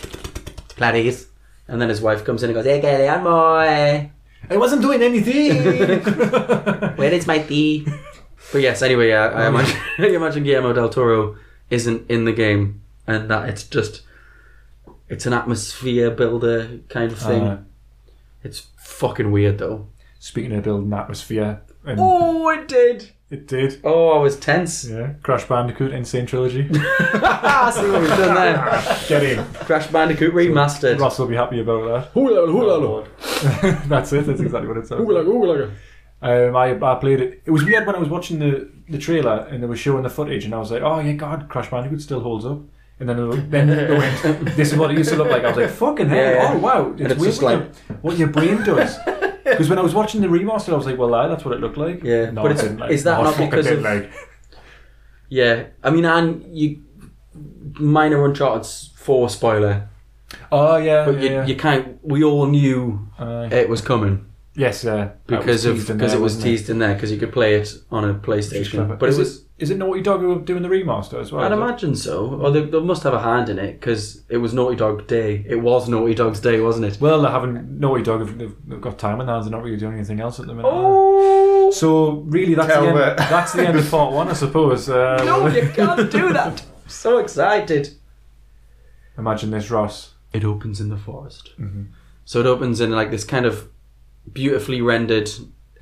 Clarice, and then his wife comes in and goes, "Hey, Kellyanne, boy,
I wasn't doing anything.
where is my tea?"
Uh,
But yes, anyway, uh, I,
Oh,
I imagine I imagine Guillermo del Toro isn't in the game, and that it's just it's an atmosphere builder kind of thing.
Uh,
it's fucking weird though.
speaking of building atmosphere, and
Oh, it did.
it did.
Oh, I was tense.
Yeah, Crash Bandicoot Insane Trilogy.
Ah, see what we've done there.
Get in.
Crash Bandicoot remastered.
Ross will be happy about
Lord.
that. that's it. That's exactly what it sounds like. Um, I, I played it. It was weird when I was watching the, the trailer and they were showing the footage, and I was like, oh, yeah, God, Crash Bandicoot still holds up. And then, they were- then they went, this is what it used to look like. I was like, fucking hell,
Yeah.
oh, wow. It's,
And it's
weird
just
what,
like-
your, what your brain does. Because when I was watching the remaster, I was like, well, aye, that's what it looked like.
Yeah,
No,
but
it
it's-
didn't, like,
is that
no, it
not
fucking
because
didn't,
of-
like.
Yeah, I mean, and you minor Uncharted four spoiler,
Oh, yeah.
but you,
yeah, Uh,
you can't. We all knew
yeah. Aye.
it was coming
Yes, yeah. That was
because of
teased in
because
there,
it was
wasn't
teased in there because you could play it on a
Which is
PlayStation.
clever.
But
is
it was.
Is it Naughty Dog who are doing the remaster as well?
I'd
Is it?
imagine so. Or they, they must have a hand in it because it was Naughty Dog Day. It was Naughty Dog's Day, wasn't it?
Well, they haven't. Naughty Dog have they've, they've got time on their hands. They're not really doing anything else at the minute.
Oh
So really, that's the,
Tell
end,
that.
that's the end of part one, I suppose. Uh,
no, you can't do that. I'm so excited.
Imagine this, Ross.
it opens in the forest. So it opens in like this kind of beautifully rendered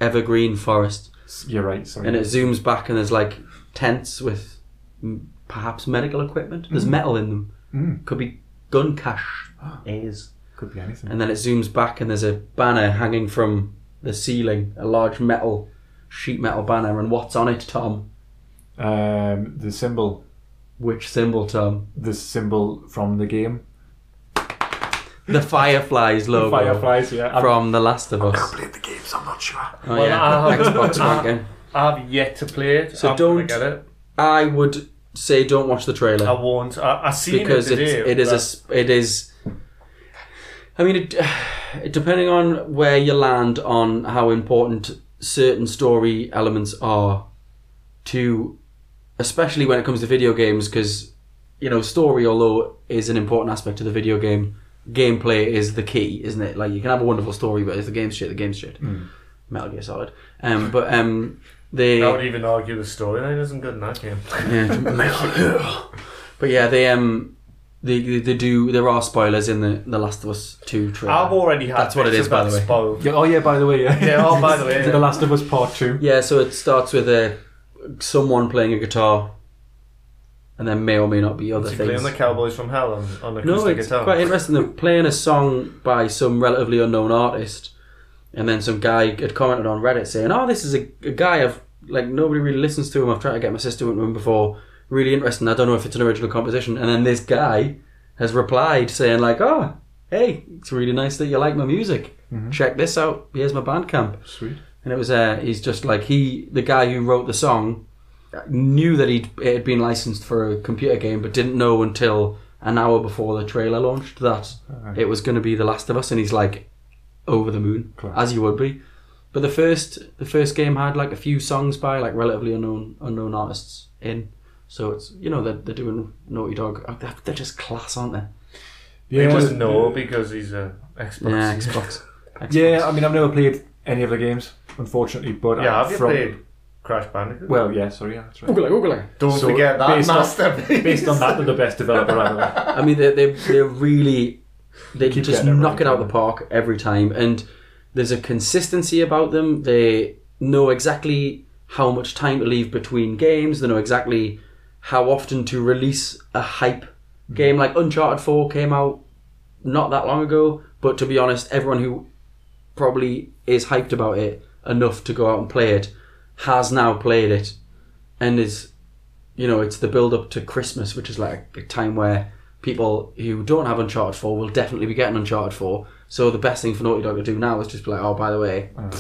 evergreen forest,
You're right. Sorry.
and it zooms back, and there's like tents with m- perhaps medical equipment. There's metal in them. Could be gun cache. Is
could be anything.
and then it zooms back, and there's a banner hanging from the ceiling, a large metal sheet metal banner, and what's on it, Tom?
Um, the symbol,
Which symbol, Tom?
the symbol from the game,
The Fireflies logo
Fireflies. Yeah. I've
Oh, from The Last of Us.
played the games. I'm not sure.
Oh
Well, I
yeah,
have-
Xbox one game.
I've yet to play it.
So
I'm gonna
don't-
get it.
I would say don't watch the
I
trailer
won't. I, I seen
because
it
it,
today.
it is a
but-
s- it is. I mean, it, it- depending on where you land on how important certain story elements are to, especially when it comes to video games, because you know story, although is an important aspect of the video game, gameplay is the key, isn't it? Like you can have a wonderful story, but if the game's shit, the game's shit. Metal Gear Solid, um, but um, They
I would even argue the storyline isn't good in that game.
Yeah. but yeah, they um, they, they they do. There are spoilers in the the Last of Us two trailer.
I've already had
That's what it
bits
is,
of
by
that
the way.
spoiled.
Yeah, oh yeah, by the way, yeah.
Yeah, oh, by the way, yeah.
The Last of Us Part Two.
yeah, so it starts with a someone playing a guitar, and there may or may not be other
Is he
things.
playing the Cowboys from Hell on, on acoustic
no, it's
guitar?
quite interesting. They're playing a song by some relatively unknown artist, and then some guy had commented on Reddit saying, "Oh, this is a, a guy I've like nobody really listens to him. I've tried to get my sister into him before. Really interesting. I don't know if it's an original composition." And then this guy has replied saying, "Like, oh, hey, it's really nice that you like my music. Check this out. Here's my Bandcamp."
Sweet.
and it was uh, he's just like he the guy who wrote the song knew that he'd it had been licensed for a computer game but didn't know until an hour before the trailer launched that it was going to be the last of us and he's like over the moon
Class.
as you would be but the first the first game had like a few songs by like relatively unknown unknown artists in so it's you know they're, they're doing naughty dog Oh, they're- they're just class aren't they
He
Yeah,
just
well,
no because he's a Xbox.
yeah xbox, xbox.
Yeah, I mean, I've never played any of the games, unfortunately. But
Yeah,
I-
have you
from-
played Crash Bandicoot?
Well, yeah, sorry, yeah, that's right.
Oogla, oogla.
Don't
so
forget that
based on-
masterpiece.
Based on that, they're the best developer ever.
I mean, they they they really they
Keep
just
getting it
knock
right,
it out the
yeah.
park every time, and there's a consistency about them. They know exactly how much time to leave between games. They know exactly how often to release a hype
Mm-hmm.
game. Like Uncharted Four came out not that long ago, but to be honest, everyone who probably is hyped about it enough to go out and play it has now played it and is you know it's the build up to Christmas, which is like a time where people who don't have Uncharted Four will definitely be getting Uncharted Four. So the best thing for Naughty Dog to do now is just be like, oh, by the way,
Uh.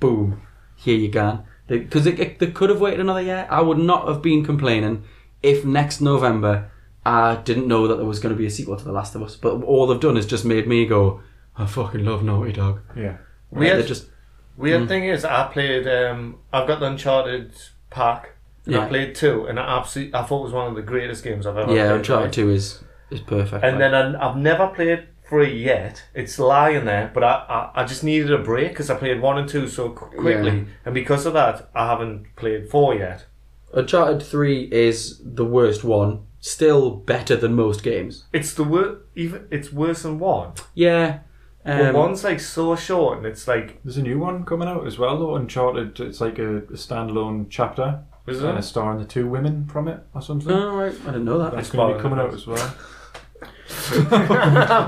boom, here you go. Because they, they could have waited another year. I would not have been complaining if next November I didn't know that there was going to be a sequel to The Last of Us. But all they've done is just made me go, I fucking love Naughty Dog.
Yeah.
Like,
had-
they're just
Mm.
Weird thing is, I played. Um, I've got the Uncharted pack. And I
Yeah.
played two, and I absolutely I thought it was one of the greatest games I've ever.
yeah,
played,
Uncharted
right?
Two is is perfect.
And
Like,
then I, I've never played three yet. It's lying there, but I I, I just needed a break because I played one and two so qu- quickly,
Yeah.
and because of that, I haven't played four yet.
Uncharted 3 is the worst one. Still better than most games.
It's the wor- even it's worse than one.
Yeah.
But
Um,
one's like so short, and it's like
There's a new one coming out as well, though. Uncharted. It's like a, a standalone chapter,
is
uh,
it?
starring the two women from it or something.
Oh, right. I didn't know that.
That's going to
Spoiler.
be coming out as well.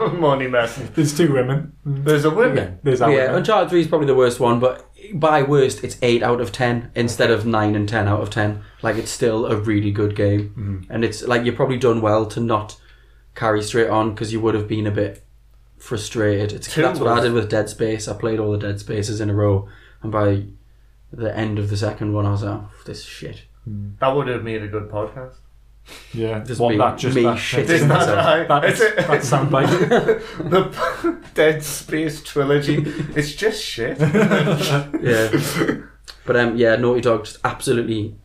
I'm only messing.
There's two women.
There's a women.
There's that
Yeah,
women.
Uncharted 3 is probably the worst one, but by worst, it's 8 out of 10 instead of 9 and 10 out of 10. Like, it's still a really good game.
Mm-hmm.
And it's like you're probably done well to not carry straight on because you would have been a bit frustrated. It's,
Two
that's what I
was-
did with Dead Space. I played all the Dead Spaces in a row, and by the end of the second one, I was like, oh, this is shit.
That would have made a good podcast.
yeah.
Just
One
me-
that just
me
that,
shitting
that-
Isn't that
Myself.
right?
that,
It's a-
that soundbite.
the Dead Space trilogy. It's just shit.
yeah. But um, yeah, Naughty Dog just absolutely,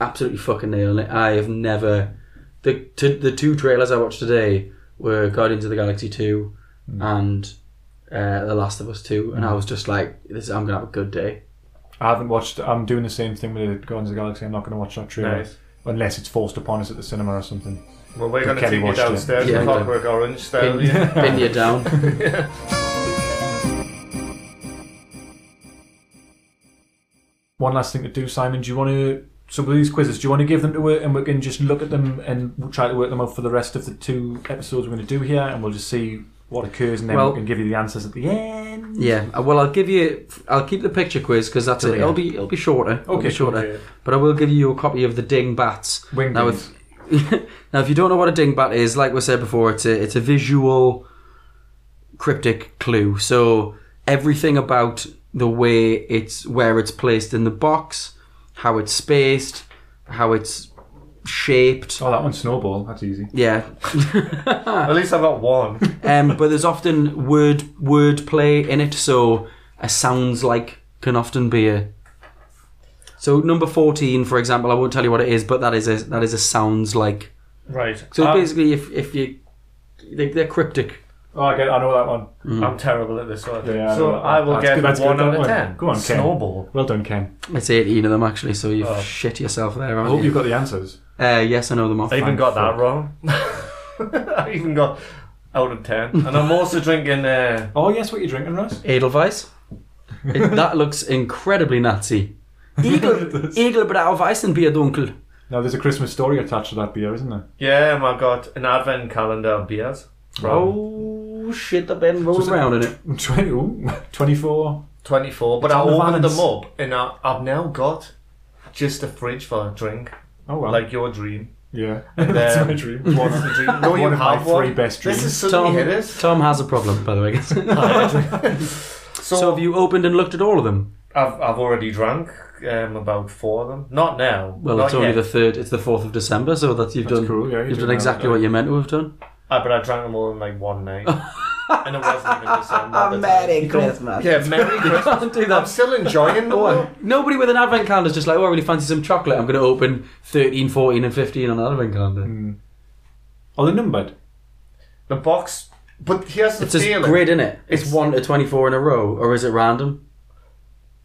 absolutely fucking nailing it. I have never the t- the two trailers I watched today were Guardians of the Galaxy two
Mm.
and uh, The Last of Us two, and I was just like, "This I'm gonna have a good day."
I haven't watched. I'm doing the same thing with Guardians of the Galaxy. I'm not going to watch that trailer
Nice.
unless it's forced upon us at the cinema or something.
Well, we're going to
Kenny
take you
watched it.
downstairs
Yeah,
to
I know.
Clockwork Orange style.
Pin,
Yeah.
pin you down.
One last thing to do, Simon. Do you want to? So with these quizzes, do you want to give them to her, and we can just look at them and we'll try to work them out for the rest of the two episodes we're going to do here, and we'll just see what occurs, and then
Well-
we can give you the answers at the end.
Yeah, uh, well, I'll give you. I'll keep the picture quiz because that's it.
Brilliant.
It'll be it'll be shorter. It'll be
Okay,
shorter.
okay.
But I will give you a copy of the Ding Bats.
Wing
now, if, now, if you don't know what a Ding Bat is, like we said before, it's a it's a visual cryptic clue. So everything about the way it's where it's placed in the box, how it's spaced, how it's shaped.
Oh, that one's Snowball. That's easy.
Yeah,
At least I got one.
um, but there's often word word play in it, so a sounds like can often be a. So number fourteen, for example, I won't tell you what it is, but that is a that is a sounds like.
Right.
So
Uh,
Um,
basically, if if you they, they're cryptic
Oh, I get. I know that one.
I'm terrible at this one.
Yeah, I
so
know that.
I will
That's
get
good- that's good,
one
that
out of
one.
ten.
Go on, Ken.
Snowball.
Well done, Ken.
It's 18 of them, actually, so you've
Oh.
shit yourself there,
I
haven't
hope
you?
you've got the answers.
Uh, yes, I know them off.
I even
Thank
got that
fuck.
wrong. I even got out of ten, and I'm also drinking. Uh,
Oh yes, what you drinking, Russ?
Edelweiss. It, that looks incredibly Nazi. Eagle, Eagle, but auf Eisenbier dunkel.
Now there's a Christmas story attached to that beer, isn't there?
yeah, and I've got an advent calendar of beers. From
Oh shit! The bed rolls around in it.
20, ooh, 24.
24, but I
on the
opened
balance.
them up, and I, I've now got just a fridge for a drink,
Oh well.
like your dream.
yeah, that's
um,
my dream.
One of the dream. No,
One
you
of my
have one.
three best
This is
Tom,
suddenly hit us.
Tom has a problem, by the way. guys.
So,
so have you opened and looked at all of them?
I've, I've already drank um, about four of them. Not now.
Well,
not
it's only
yet.
the third. It's the fourth of December, so that you've
That's
done.
cool, yeah, you
you've
do
done
that,
exactly
yeah.
what you meant to have done.
Ah, but I drank them all in like one night. and it wasn't even December. at the time.
Christmas.
Yeah, Merry Christmas.
Don't do
I'm
that.
still enjoying the
Go
one.
on. Nobody with an advent calendar is just like, oh, I really fancy some chocolate. I'm going to open 13, 14, and 15 on an advent calendar.
Mm.
Are they numbered?
The box. But here's the
It's just
feeling.
grid, in it? It's,
It's-
1 to 24 in a row, or is it random?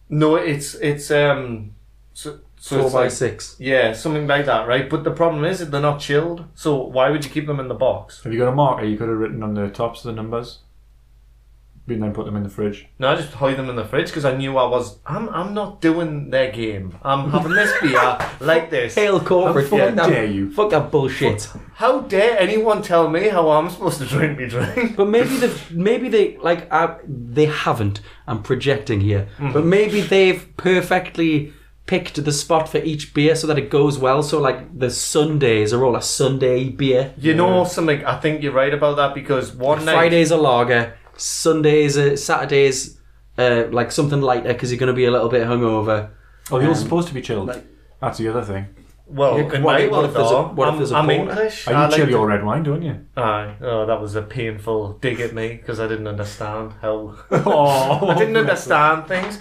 No, it's it's um. So, so
4
it's
by
like,
6.
yeah, something like that, right? But the problem is that they're not chilled. So why would you keep them in the box?
Have you got a marker? You could have written on the tops of the numbers, and then put them in the fridge.
No, I just hide them in the fridge because I knew I was. I'm I'm not doing their game. I'm having this beer like this.
Hail corporate.
How
fuck that-
dare you.
Fuck that bullshit.
How dare anyone tell me how I'm supposed to drink me drink?
But maybe the maybe they like uh, they haven't. I'm projecting here,
Mm.
but maybe they've perfectly picked the spot for each beer so that it goes well. So like the Sundays are all a Sunday beer.
You know something? I think you're right about that because one night
Fridays are lager. Sundays, uh, Saturdays, uh, like something lighter because you're going to be a little bit hungover.
Oh, you're
Um,
supposed to be chilled. That's the other thing.
Well,
Yeah,
it
what-
might
what
well
if there's a-
though.
what if
I'm,
there's a
I'm
border?
English.
Are you
I like
chill
to-
your red wine, don't you?
Aye. Oh, that was a painful dig at me because I didn't understand how.
Oh,
I didn't understand things.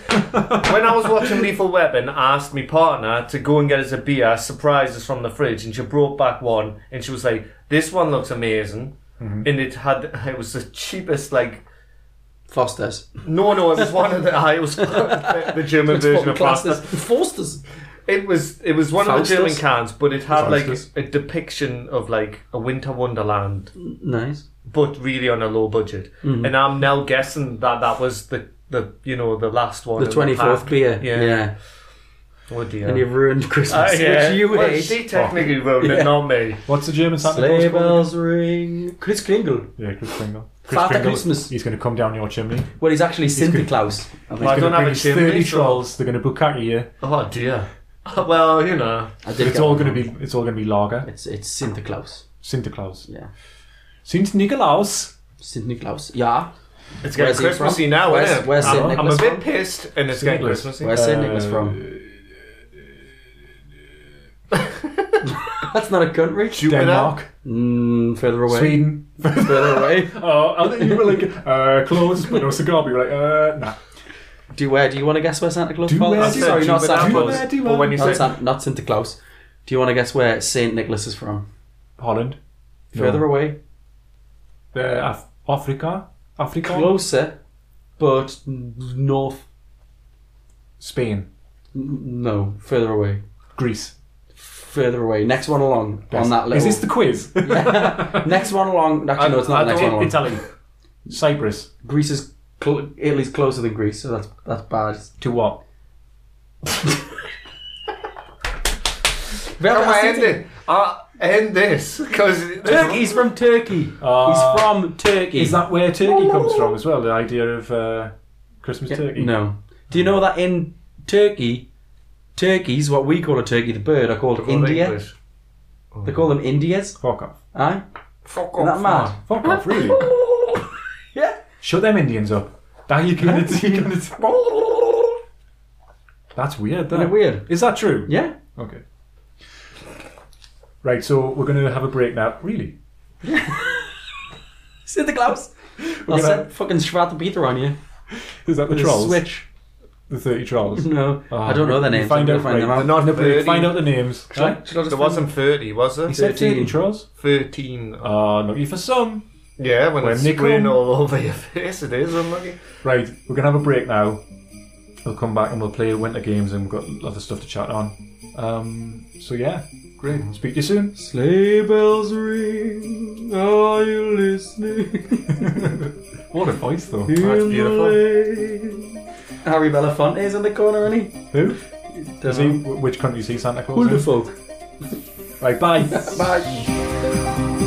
when I was watching Lethal Weapon, I asked my partner to go and get us a beer, surprise us from the fridge, and she brought back one, and she was like, "This one looks amazing,"
Mm-hmm.
and it had it was the cheapest like.
Foster's.
No, no, it was one of the. aye, It was the, the German version of pasta.
Foster's. Foster's.
It was it was one of the German
Faustus?
cans, but it had like
Faustus.
a depiction of like a winter wonderland,
Nice.
but really on a low budget.
Mm-hmm.
And I'm now guessing that that was the the you know the last one.
The
in
twenty fourth
pack.
beer.
Yeah.
Yeah.
Oh dear.
And you've ruined Christmas,
Ah, yeah.
which you
well,
hate.
she technically ruined it, not me.
What's the German Santa Claus
Sleigh
called?
bells ring. Chris Kringle.
Yeah, Chris Kringle.
Father Christmas.
He's going to come down your chimney.
Well, he's actually Santa
good.
Claus.
Well, I
He's
don't
gonna
have a
bring
chimney.
Thirty
so-
trolls. They're going to bukkake you.
Oh dear. Well, you know.
I did
It's
get
all
that
going to
wrong.
be. It's all going to be lager.
It's it's Santa Claus.
Santa Claus.
Yeah.
Saint Nikolaus.
Santa Claus. Yeah.
It's getting
Where's he
Christmassy
from?
now,
Where's-
isn't it?
where's Saint
I'm, I'm a
Nicholas
bit
from?
pissed, and it's getting
Nicholas.
Christmassy.
Where's Saint
Uh,
Nicholas from? That's not a country.
Jupiter.
Denmark.
Mm, further away.
Sweden.
Further away.
oh, I think you were like uh, close, but no cigar. But you were like, uh, nah.
Do you where? Do you want to guess where Santa Claus
Do
falls?
where-
Sorry,
do
not
where-
Santa
do
Claus.
where- do
But when you
Not,
say
San, not Santa Claus. Do you want to guess where Saint Nicholas is from?
Holland.
Further away.
Uh, Af- Africa. Africa.
Closer, but n- north.
Spain.
n- No, further away.
Greece.
Further away. Next one along on that
Is
little.
this the quiz?
next one along? Actually, no, it's not the next one along.
Italy. Cyprus.
Greece is cl- Italy's closer than Greece, so that's that's bad.
To what?
Come on, end it. Uh, end this because
Turkey's from Turkey.
Ah.
He's from Turkey.
Is that where turkey comes from as well? The idea of uh, Christmas turkey?
no? Do you know that in Turkey, turkeys, what we call a turkey, the bird, are called India. They call them Indias.
Fuck off.
Aye,
Fuck
isn't that mad?
Fuck off, really?
Yeah.
Shut them Indians up. Now you can. you can- That's weird, though.
Isn't it weird?
Is that true?
Yeah.
Okay. Right, so we're going to have a break now. Really?
Santa Claus. I'll
gonna-
set fucking Schwarze Peter on you.
Is that the
With a
trolls?
Switch.
The 30 trolls.
No, I don't know their names.
Ah, Find
I'm
out,
gonna find them
right.
out.
Not
No, but
thirty.
Find out the names. Right?
Should I just
There
find them?
wasn't thirty, was
You
there?
said 30
13.
trolls?
Thirteen.
Uh, lucky for some.
Yeah, when,
When
it's
they come-
spraying all over your face, it is unlucky.
Right, we're gonna have a break now. We'll come back and we'll play winter games, and we've got lots of stuff to chat on. Um, so yeah, great. Speak to you soon.
Sleigh bells ring. Are you listening?
What a voice though.
That's beautiful.
Harry Belafonte is in the corner, isn't he?
Who? Is he?
Dunno.
wh- Which country is he Santa Claus? in?
Wonderful.
Right, bye.
Bye.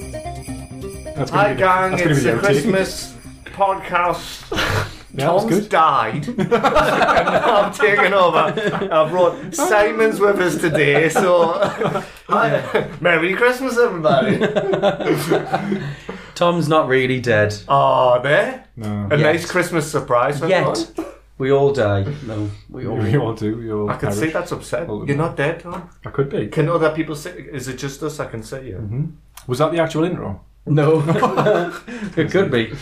That's gonna
Hi,
be the-
gang,
that's gonna be
it's
the
a
outtake.
Christmas podcast.
Yeah, that was
Tom's
good.
died. I've taken over. I've brought Simon's with us today, so. Hi. Merry Christmas, everybody.
Tom's not really dead.
Oh, there.
No.
A
Yet.
nice Christmas surprise for
Yet.
everyone.
We all die. No, we all.
You all do. You all
I can
perish.
see that's upset.
Well,
You're not dead, Tom.
I could be.
Can other people see? Is it just us? I can see you.
Was that the actual intro?
No. it could be.